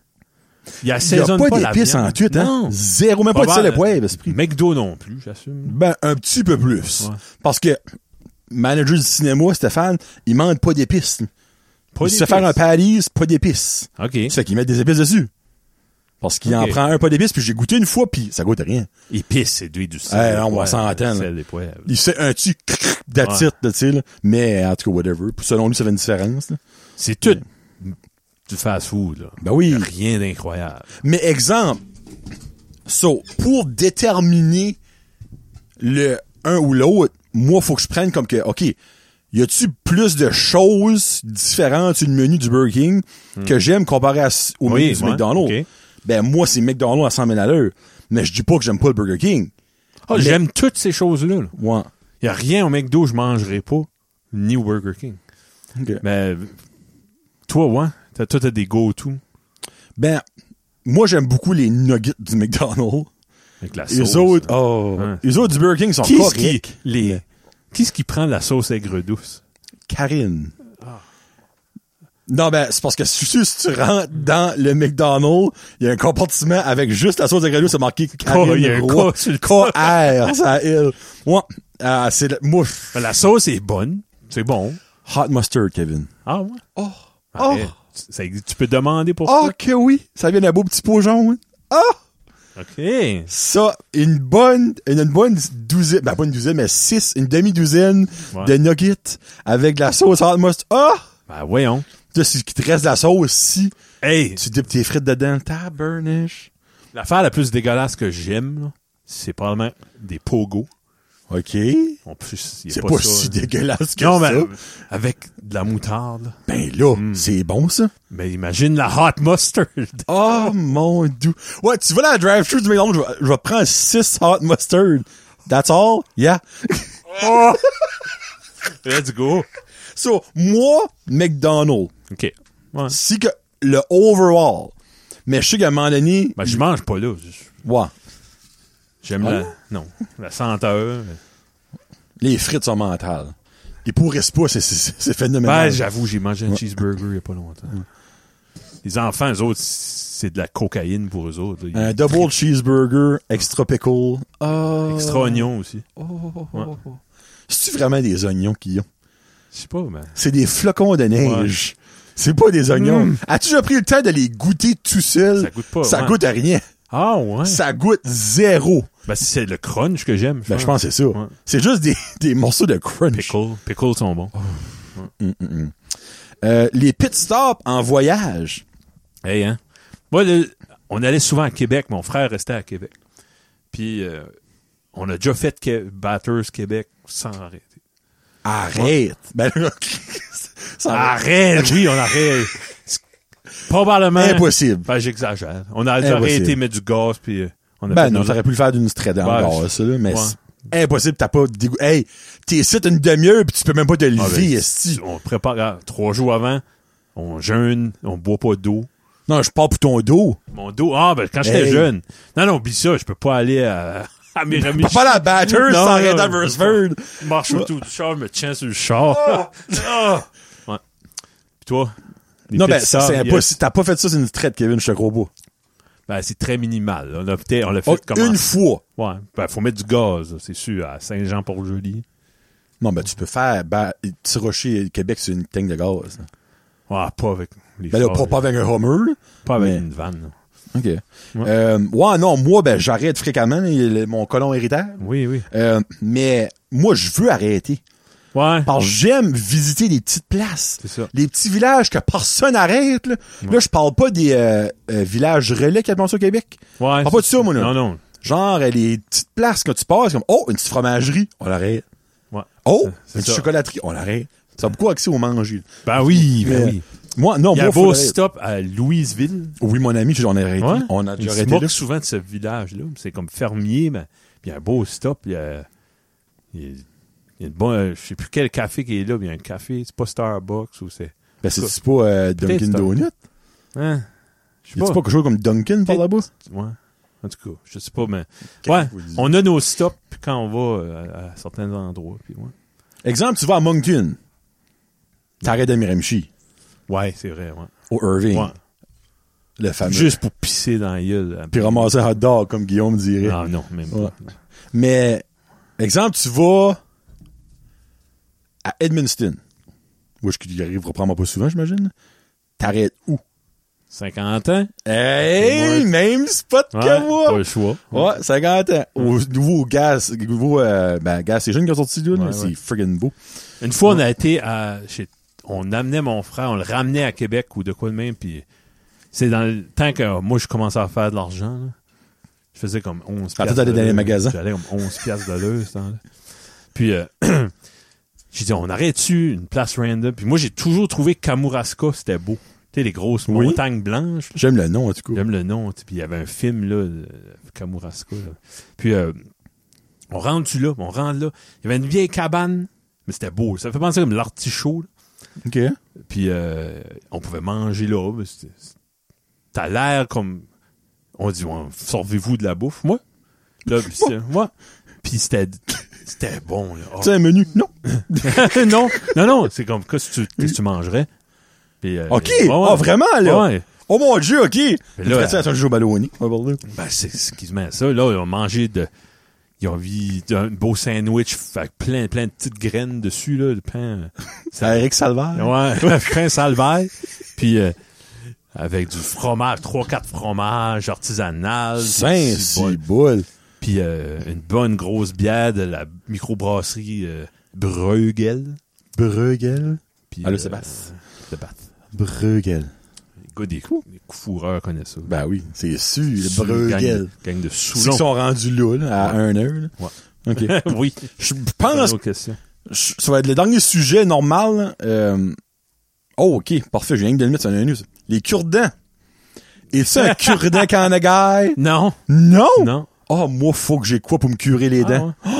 Il y a Il n'y a pas pas la d'épices viande. en tuite, hein? Non. Zéro, même pas, de Pas sel et mal. poivre, esprit. McDo non plus, j'assume. Ben, un petit peu plus. Ouais. Parce que, manager du cinéma, Stéphane, il manque pas d'épices. Pas il se fait faire un d'épices. patties, pas d'épices. OK. C'est qu'il met des épices dessus. Parce qu'il en Ok. prend un pas d'épices, puis j'ai goûté une fois, puis ça goûte à rien. Épices, c'est du du sel. Eh, des non, on poivres, s'entend, là. du sel des poivres. Il fait un petit cric, cric, that's Ouais. it, là, tu sais, là. Mais, en tout cas, whatever. Selon lui, ça fait une différence, là. C'est tout du fast-food. là. Ben oui. Rien d'incroyable. Mais exemple, so, pour déterminer le un ou l'autre, moi, faut que je prenne comme que, OK, y a-tu plus de choses différentes sur le menu du Burger King que j'aime comparé à s- au Hmm. Oui, menu du ouais, McDonald's? ok. Ben, moi, c'est McDonald's à 100 000 à l'heure. Mais je dis pas que j'aime pas le Burger King. Ah, Mais- J'aime toutes ces choses-là. là. Ouais. Il n'y a rien au McDo que je mangerai pas, ni au Burger King. OK. Mais toi, ouais, t'as- toi, t'as des go-to Ben, moi, j'aime beaucoup les nuggets du McDonald's. avec la sauce. Les autres, hein. oh, Ouais. les autres du Burger King sont Qui est-ce corrects. qui, les- qui est-ce qui prend de la sauce aigre douce? Karine. Non, ben, c'est parce que si tu si tu rentres dans le McDonald's, il y a un compartiment avec juste la sauce de grenouille, c'est marqué Karine. K, Oh, il y a un Roy. K sur le K-R, ça il. Ouais. Ah, c'est le, moi, je- Ben, La sauce est bonne. C'est bon. hot mustard, Kevin. Ah ouais. Oh. Oh. Arrête. Tu- ça existe- tu peux demander pour Oh, que oui. Ça vient d'un beau petit pot jaune. Ah! ça. OK. Ben, Ça, une bonne, une, une bonne douzaine, ben, pas une douzaine, mais six, une demi-douzaine Ouais. de nuggets avec de la sauce hot mustard. Ah! Ben voyons. Là, c'est ce qui te reste de la sauce si Hey, tu dips tes frites dedans. Tabernish. l'affaire la plus dégueulasse que j'aime, là, c'est probablement des pogos. OK. En plus, y a C'est pas, ça, si hein. dégueulasse que Non, ça. mais Hmm. avec de la moutarde. là. Ben là, c'est bon, ça. Mais imagine la hot mustard. Oh, mon dieu. Ouais, tu vas à la drive-thru du McDonald's, je vais- je vais prendre 6 hot mustard. That's all? Yeah. Let's go. So, moi, McDonald's, OK. Ouais. si que le overall, Mais je sais qu'à un moment donné, Ben, je mange pas là. ouais, Ah J'aime la. Non. La senteur. les frites sont mentales. Ils pourrissent pas, c'est- c'est c'est Ben, phénoménal. j'avoue, j'ai mangé un cheeseburger il y a pas longtemps. Les enfants, eux autres, c'est de la cocaïne pour eux autres. là. Ils- un double cheeseburger, extra pickle. Oh. Extra oignon aussi. C'est-tu vraiment des oignons qu'ils ont? Je sais pas, mais. C'est des flocons de neige. C'est pas des oignons. As-tu déjà pris le temps de les goûter tout seul? Ça goûte pas, Ça ouais. goûte à rien. Ah ouais? Ça goûte zéro. Ben, c'est le crunch que j'aime. Ben, je pense que c'est ça. Ouais. C'est juste des, des morceaux de crunch. Pickles. Pickles sont Oh. bons. Euh, les pit stops en voyage. Hey, hein? Moi, le- on allait souvent à Québec. Mon frère restait à Québec. Puis, euh, on a déjà fait que Batters Québec sans arrêter. Arrête. Ben, là, ça va- Arrête! Oui, on arrête. C'est Probablement. Impossible. Ben, j'exagère. On a Impossible. déjà été mettre du gaz, puis euh, on a Ben fait non, nos- t'aurais pu le faire d'une strade Ouais, encore, je- ça, là, mais Ouais. c'est impossible, t'as pas dégoût. Hey, t'es ici une demi-heure pis tu peux même pas te Ah, ben, lever, esti. On prépare ah, trois jours avant, on jeûne, on boit pas d'eau. Non, je pars pour ton dos. Mon dos, ah, ben, quand j'étais Hey. jeune. Non, non, oublie ça, je peux pas aller à, à mes remis. Pas pas la batteuse Non, sans non, Red non, Aversford. Je marche autour du char, je me tiens sur le char. Ah! Ouais. Puis toi? les Non, ben, petits sables, c'est yes. impossible. T'as pas fait ça, c'est une traite, Kevin, je te crois pas. Ben, c'est très minimal. là. On l'a peut-être- on l'a fait Oh, comme une fois. Ouais, ben, faut mettre du gaz, là, c'est sûr, à Saint-Jean-Port-Joli. Non, ben, tu peux faire, ben, petit rocher, Québec, c'est une tank de gaz. là. Ouais, Ah, pas avec les Ben là, chars, pas, pas avec un Hummer, là. pas avec mais- une vanne. là. OK. Euh, ouais, non, moi, ben, j'arrête fréquemment, il est- mon colon irritable. Oui, oui. Euh, mais, moi, je veux arrêter. Ouais. Parce que j'aime visiter les petites places. C'est ça. Les petits villages que personne n'arrête. Là, là je parle pas des euh, euh, villages relais qu'il y a au Québec. Ouais. Parle pas de ça, moi, là. Non, non. Genre, euh, les petites places que tu passes, comme, oh, une petite fromagerie, on l'arrête. Ouais. Oh, C'est une petite ça. chocolaterie, on l'arrête. Ça a beaucoup accès au manger. Ben oui, ben Mais, oui. Moi, non, Il y a moi, un faut beau l'arrêter. stop à Louisville. Oui, mon ami, j'en ai arrêté. Ouais. On a déjà Je arrêté là. souvent de ce village-là. C'est comme fermier, mais puis il y a un beau stop. Il y a, il y a- il y a une bonne- je sais plus quel café qui est là. mais Il y a un café. C'est pas Starbucks ou c'est. Ben, c'est-tu pas euh, Dunkin' c'est un- Donut? Hein? Je sais Y a-tu pas. pas quelque chose comme Dunkin' par là-bas? Ouais. En tout cas, je sais pas, mais. Qu'est-ce Ouais, que vous dites? on a nos stops quand on va euh, à, à certains endroits. Puis ouais. Exemple, tu vas à Moncton. T'arrêtes à Miramichi. Ouais, c'est vrai, ouais. Au Irving. Ouais. Le fameux. Juste pour pisser dans la gueule. là. puis ramasser un hot dog, comme Guillaume dirait. Ah non, même Ouais. pas. Mais, exemple, tu vas à Edmundston. Moi, je y arriverai probablement pas souvent, j'imagine. T'arrêtes où? 50 ans? Hey, Ouais. même spot Ouais, que Pas moi! le choix. Ouais, 50 ans. Au nouveau gaz, nouveau, euh, ben, gaz, c'est jeune qui a sorti là, là, Ouais, c'est ouais. friggin' beau. Une fois, on a été à. chez- on amenait mon frère, on le ramenait à Québec ou de quoi de même, puis c'est dans le temps que euh, moi, je commençais à faire de l'argent. là. Je faisais comme 11 Ah, toi, piastres t'allais de dans les l'heure. magasins. J'allais comme 11 piastres de l'heure, ce temps-là. Puis, euh, j'ai dit, on arrête-tu une place random? Puis moi, j'ai toujours trouvé que Kamouraska, c'était beau. Tu sais, les grosses Oui. montagnes blanches. là. J'aime le nom, en tout cas. J'aime le nom. tu sais, Puis il y avait un film, là, de Kamouraska. là. Puis euh, on rentre là, on rentre là. Il y avait une vieille cabane, mais c'était beau. Ça fait penser comme l'artichaut. là. OK. hein? Puis euh, on pouvait manger là. mais c'était- c'était- T'as l'air comme... On dit, ouais, sortez-vous de la bouffe. Moi? Là, puis c'est- moi. Puis c'était... C'était bon, là. Oh. Tu as un menu? Non. non, non, non. C'est comme, qu'est-ce que tu, qu'est-ce que tu mangerais? Puis, euh, OK. ouais, ouais. Ah, vraiment, là? Ouais. Oh mon dieu, OK. Mais là, là, ça, un jeu ballonné. On va parler. Ben, c'est ce qui se met à ça. Là, ils ont mangé de. Ils ont vu un beau sandwich avec plein, plein de petites graines dessus, là, le pain. C'est Eric Salvaire. Ouais, le pain salvaille. Puis, euh, avec du fromage, trois, quatre fromages artisanal. Saint, si bol. Puis, euh, une bonne grosse bière de la microbrasserie euh, Bruegel. Bruegel. Puis, Allô, euh, Sébastien. Sébastien. Bruegel. Le gars des coups. Les coups fourreurs connaissent ça. Ben oui, c'est sûr, le Sous- Gang Bruegel. de, gang de C'est qu'ils Soulon. sont rendus là, là, à un heure. là. OK. oui. Je Une pense autre question. que ça va être le dernier sujet normal. là. Euh, Oh, OK, parfait, j'ai rien que de le mettre sur un news. Les cure-dents. Et ça, un cure-dent quand on a guy? Non. Non! Non. Oh, moi, faut que j'ai quoi pour me curer les Ah, dents? ouais.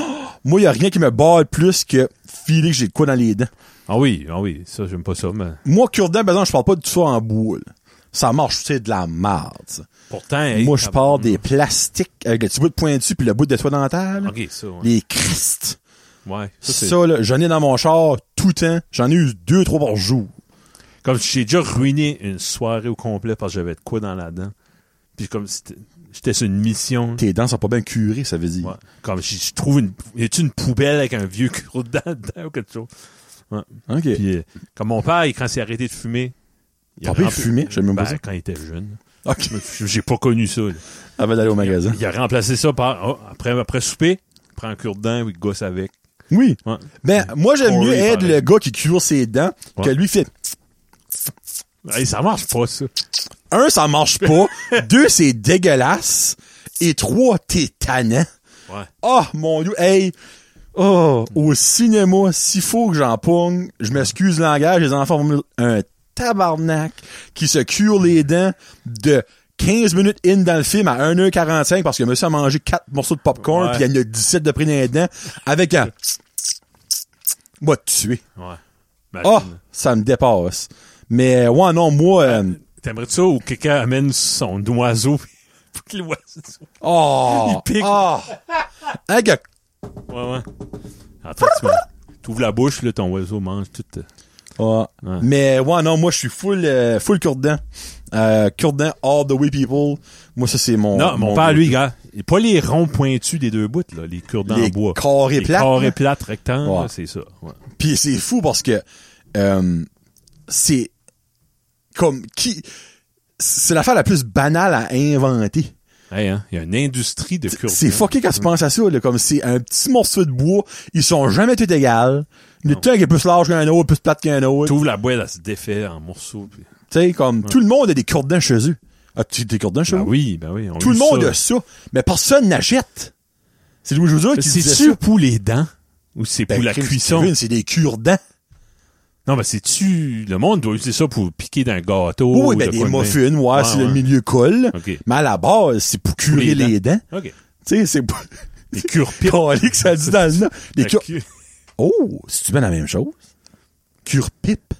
Moi, y a rien qui me barre plus que filer que j'ai de quoi dans les dents. Ah oui, ah oui, ça, j'aime pas ça, mais. Moi, cure-dent, ben non, je parle pas de tout ça en bois. là. ça marche, c'est de la merde. ça. Pourtant, hey, Moi, je ça- pars des plastiques avec le petit bout de pointu puis le bout de soie dentaire. là. Ah, Ok, ça, ouais. Les Christ. Ouais, ça, Ça, c'est- là, j'en ai dans mon char tout le temps. J'en ai eu deux, trois par jour. Comme j'ai déjà ruiné une soirée au complet parce que j'avais de quoi dans la dent. Puis comme c'était- j'étais sur une mission. Tes dents sont pas bien curées, ça veut dire. Ouais. Comme je je trouve une, y a-tu une poubelle avec un vieux croc dedans, dedans ou quelque chose. OK. Puis euh, comme mon père, il- quand il s'est arrêté de fumer. Ton a père, il rempli- fumait? J'aime même pas Ben, ça. Quand il était jeune. OK. J'ai j'ai pas connu ça. là. Avant d'aller au magasin. Il a remplacé ça par oh, après, après souper, il prend un cure-dent et il gosse avec. Oui. Ouais. Ben, moi, j'aime Corey, mieux aide pareil. le gars qui cure ses dents que Ouais. lui qui fait Hey, ça marche pas, ça. un, ça marche pas. deux, c'est dégueulasse. Et trois, t'es tannant. Ouais. Oh, mon dieu. Hey. Oh, au cinéma, s'il faut que j'en pogne, je m'excuse le langage, les enfants vont me dire un tabarnak qui se cure les dents de 15 minutes in dans le film à 1h45 parce que monsieur a mangé 4 morceaux de popcorn Ouais. puis il y en a 17 de pris dans les dents avec un moi te tuer. Ouais. Oh, Imagine. ça me dépasse. Mais ouais, non, moi euh, T'aimerais ça où quelqu'un amène son oiseau pour que l'oiseau. Oh! Il pique. Oh! Hey, gars, Ouais, ouais. Attends, tu m'as- t'ouvres la bouche, là, ton oiseau mange tout. euh, Ouais. Ouais. Mais ouais, non, moi je suis full euh, full cure-dent. Euh, cure-dent all the way people. Moi ça c'est mon Non, mon, père, lui, gars, il- pas les ronds pointus des deux bouts, là, les cure-dents en les bois. carrés les plates. carrés là. plates rectangles, Ouais. là, c'est ça. Ouais. Puis c'est fou parce que euh, c'est comme qui c'est l'affaire la plus banale à inventer. Hey, hein, il y a une industrie de cure-dents. C'est fucké quand tu Mm. penses à ça, là, comme c'est un petit morceau de bois, ils sont jamais tout égales. Le temps qui est plus large qu'un autre, plus plate qu'un autre. T'ouvres la boîte, elle se défait en morceaux. Puis... Tu sais, comme tout le monde a des cure-dents chez eux. As-tu des cure-dents chez Ben vous? oui, ben oui. on Tout le eu monde ça. a ça, mais personne n'achète. C'est Louis José qui disait ça. C'est-tu pour les dents? Ou c'est Ben, pour la crime, cuisson? Kevin, C'est des cure-dents. Non, ben c'est-tu... Le monde doit utiliser ça pour piquer d'un gâteau. oui, ou ben de des quoi de même. muffins, ouais, Ouais, si le ouais. milieu colle. OK. Mais à la base, c'est pour curer les les, dents. OK. Tu sais, c'est pour... Les cure que ça dit dans le nom. Des cure... Oh, c'est-tu bien la même chose? Cure-pipe.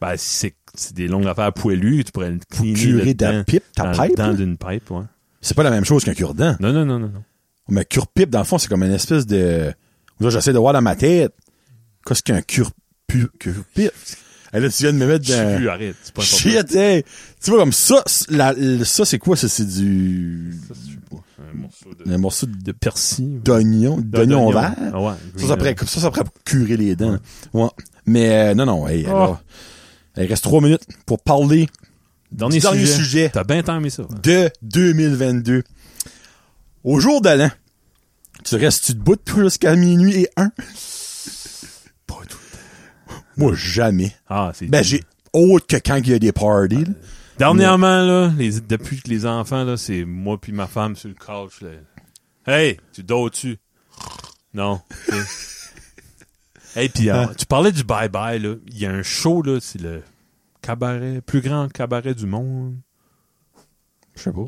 Ben, c'est c'est des longues affaires poilues. Tu pourrais le cleaner curer dedans, ta pipe, ta dans- pipe, Dans là. d'une pipe, ouais. C'est pas la même chose qu'un cure-dent. Non, non, non, non. non. Mais cure-pipe, dans le fond, c'est comme une espèce de... Là, j'essaie de voir dans ma tête. Qu'est-ce qu'un cure- pu- cure-pipe? Hey, là, tu viens de me mettre Je sais dans... plus, arrête. C'est pas important. Ben, Shit, hey! Tu vois, comme ça, c- la- le- ça, c'est quoi? Ça, c'est du... Ça, je sais pas. Un morceau de, Un morceau de- de persil. d'oignon, d'oignon vert. Ah ouais. Ça, ça pourrait, ça, ça pourrait curer les dents. Ouais. Mais, euh, non, non, hey, Ah. alors, il reste trois minutes pour parler Dernier, du dernier sujet. sujet T'as bien aimé ça. ouais. de 2022. Au jour de l'an, tu restes-tu debout jusqu'à minuit et un? Pas tout le temps. Moi, jamais. Ah, c'est. Ben, j'ai autre que quand il y a des parties, là. Dernièrement, là, les, depuis que les enfants, là, c'est moi puis ma femme sur le couch, là. Hey, tu dors tu Non. C'est- hey, puis Ah. euh, tu parlais du bye-bye, là. Il y a un show, là, c'est le cabaret, plus grand cabaret du monde. Je sais pas.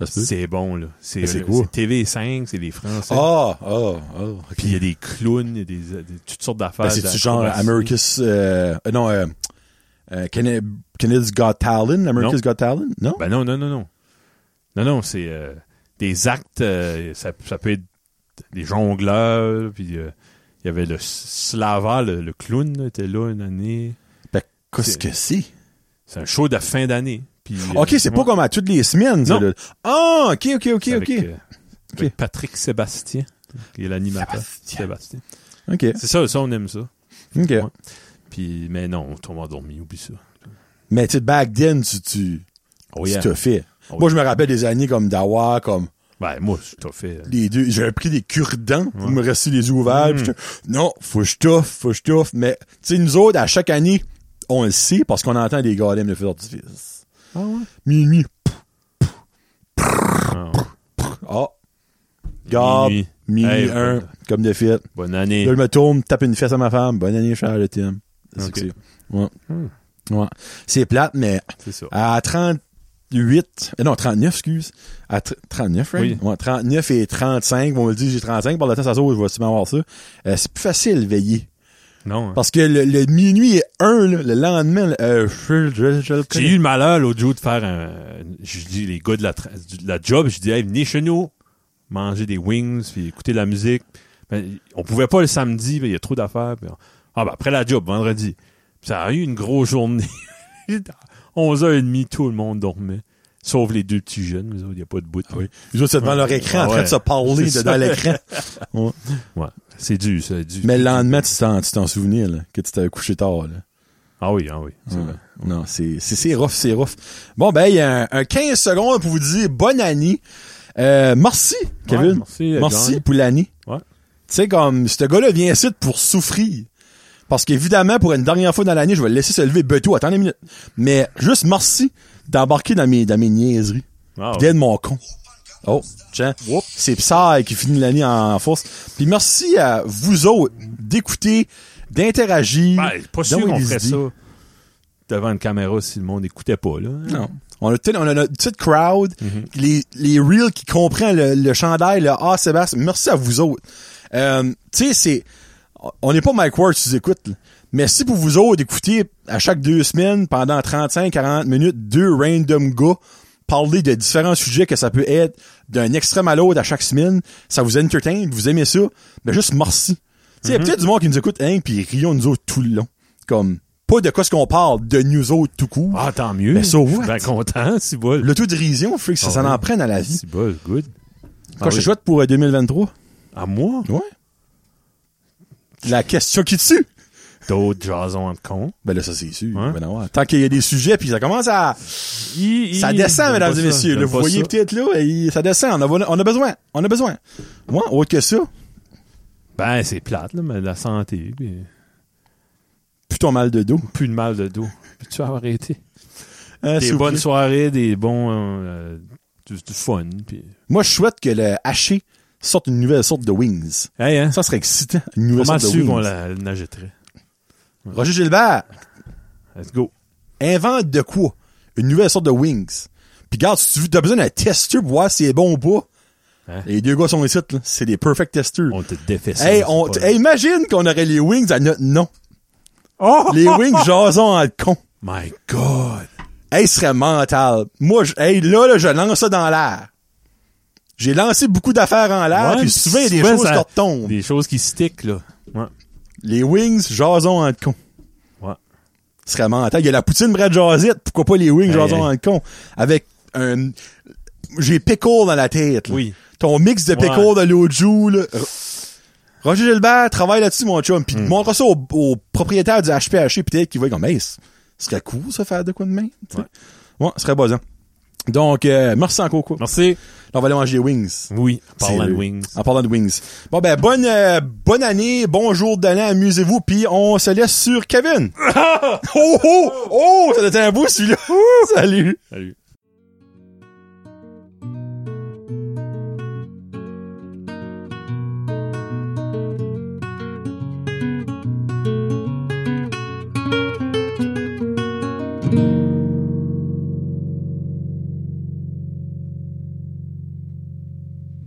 Ça se peut. C'est bon, là. C'est Mais c'est euh, quoi? c'est TV5, c'est les Français. Ah, ah, ah. Puis il y a des clowns, il y a des, des- toutes sortes d'affaires. Ben, c'est-tu d'acrobatie. genre America's... Euh, euh, non, euh, euh, Cana- Canada's Got Talent, America's Got Talent, non? Ben non, non, non, non. Non, non, c'est euh, des actes, euh, ça, ça peut être des jongleurs, puis euh, il y avait le S- Slava, le, le clown, là, était là une année. Ben, qu'est-ce que c'est? C'est un show de fin d'année. Puis, euh, OK, c'est pas ouais, comme à toutes les semaines, ça, Non. là. Ah, OK, OK, OK, c'est OK. avec, euh, avec Ok. Patrick Sébastien, qui est l'animateur. Sébastien. OK, C'est ça, ça, on aime ça. OK. ouais. Puis, mais non, on tombe endormi, oublie ça. Mais tu sais, back then, tu, tu, Oh, tu yeah. te fais. Oh, Moi, je me rappelle des années comme Dawa, comme Ben, moi, je t'ai fait. les deux. J'avais pris des cure-dents pour Ouais. me rester les yeux ouverts. Mm. pis j'étais, non, faut que je touffe, faut que je touffe. Mais, tu sais, nous autres, à chaque année, on le sait parce qu'on entend des golems de feu d'artifice. Ah ouais? Minuit. Ah, Ah. Garde. Minuit. Minuit, Hey, un, bonne- comme de fait. bonne année. Là, je me tourne, tape une fesse à ma femme. Bonne année, cher, le team. C'est ça Ok. que c'est. Ouais. Hmm. Ouais. C'est plate, mais C'est ça. à 38, euh, non, 39, excuse. À tr- 39, right? Ouais, 39 et 35, on me le dit, j'ai 35, par le temps, ça saute, je vais sûrement avoir ça. Euh, c'est plus facile de veiller. Non. hein. Parce que le, le minuit et un, là, le lendemain, là, euh, je, je- je le connais. J'ai eu le malheur l'autre jour de faire un. Je dis les gars de la, tra- du- de la job, je dis hey, venez chez nous, manger des wings, puis écouter de la musique. Ben, on pouvait pas le samedi, ben, il y a trop d'affaires. puis on- Ah ben après la job, vendredi. Puis ça a eu une grosse journée. 11h30, tout le monde dormait. Sauf les deux petits jeunes, mais il n'y a pas de bout. Ah oui. Les autres, c'est devant leur écran, en Ah train de se ouais. parler C'est de- dans ça. l'écran. Ouais. Ouais. C'est dû, ça, dû. Mais le lendemain, tu t'en, tu t'en souvenais, là, que tu t'avais couché tard, là. Ah oui, ah oui. c'est vrai. Non, c'est, c'est, c'est rough, c'est rough. Bon, ben, il y a un, un 15 secondes pour vous dire bonne année. Euh, merci, Kevin. Ouais, merci, euh, John. pour l'année. Ouais. Tu sais, comme, ce gars-là vient ici pour souffrir. Parce qu'évidemment, pour une dernière fois dans l'année, je vais le laisser se lever Beto. Attends une minute. Mais juste merci d'embarquer dans mes, dans mes niaiseries. Ah Puis ouais. d'être mon con. Oh, tiens. C'est Psy qui finit l'année en force. Puis merci à vous autres d'écouter, d'interagir. Ben, pas sûr d'envoyer qu'on des ferait idées. ça devant une caméra si le monde n'écoutait pas, là. Non. On a, tel- on a notre petite crowd, les, les reels qui comprennent le, le chandail, le Ah, Sébastien, merci à vous autres. Euh, tu sais, c'est. On n'est pas Mike Ward, tu écoutes. là. Merci pour vous autres d'écouter à chaque deux semaines, pendant 35-40 minutes, deux random gars parler de différents sujets que ça peut être d'un extrême à l'autre à chaque semaine. Ça vous entertain, vous aimez ça. Mais juste merci. Tu sais, il y a peut-être du monde qui nous écoute, hein, puis rions de nous autres tout le long. Comme, pas de quoi ce qu'on parle, de nous autres tout court. Ah, tant mieux. Mais so Je suis what? bien content, si bol. L'autodérision, freak, ça Ah ça oui. en prenne à la vie. Si bol, good. Quoi, Ah je oui. souhaite pour euh, 2023? À moi? Ouais. La question qui tue? D'autres jasons de con. Ben là, ça, c'est sûr. Ouais. Ben non, ouais. Tant qu'il y a des sujets, puis ça commence à... Ça descend, mesdames et messieurs. là, vous voyez peut-être, là, et ça descend. On a, on a besoin. On a besoin. Moi, autre que ça, Ben, c'est plate, là, mais la santé. puis plutôt mal de dos. plus de mal de dos. Puis tu as arrêté. Hein, s'il Des vous bonnes plaît. soirées, des bons. euh, du, du fun. Puis... Moi, je souhaite que le haché sorte une nouvelle sorte de wings. Hey, hein? Ça serait excitant. Une nouvelle Comment sorte de sûr qu'on wings. la, la jetterait? Roger Gilbert, Let's go. invente de quoi? Une nouvelle sorte de wings. Puis garde, si tu veux, t'as besoin d'un testeur pour voir si c'est bon ou pas. Hein? Les deux gars sont ici, là. C'est des perfect testers. On te défait ça. Hey, c'est on, pas- t- hey, imagine qu'on aurait les wings à notre nom. Oh! Les wings jason en le con. My God! Hey, ce serait mental. Moi, je, hey, là, là, je lance ça dans l'air. J'ai lancé beaucoup d'affaires en l'air, Ouais, puis souvent, il y a des Ah, souvent, choses ça- qui retombent. Des choses qui stickent, là. Ouais. Les wings jason en le con. Ouais. Ce serait mental. Il y a la poutine Brad Jazette. Pourquoi pas les wings Hey, jason hey. en le con? Avec un... J'ai pickle dans la tête. là. Oui. ton mix de Ouais. pickle de l'Oju, là. R- Roger Gilbert travaille là-dessus, mon chum. Puis Hmm. montre ça au, au propriétaire du HPH, peut-être qu'il va comme, hey, ce serait cool, ça, faire de quoi de main. tu sais. Ouais, ce serait buzzant. Donc, euh, merci encore, quoi. Merci. Là, On va aller manger des wings. Oui. C'est Parlant de le- wings. En parlant de wings. Bon, ben, bonne, euh, bonne année, bon jour de l'an, amusez-vous, puis on se laisse sur Kevin. oh, oh, oh, ça doit être un bout, celui-là. Salut. Salut.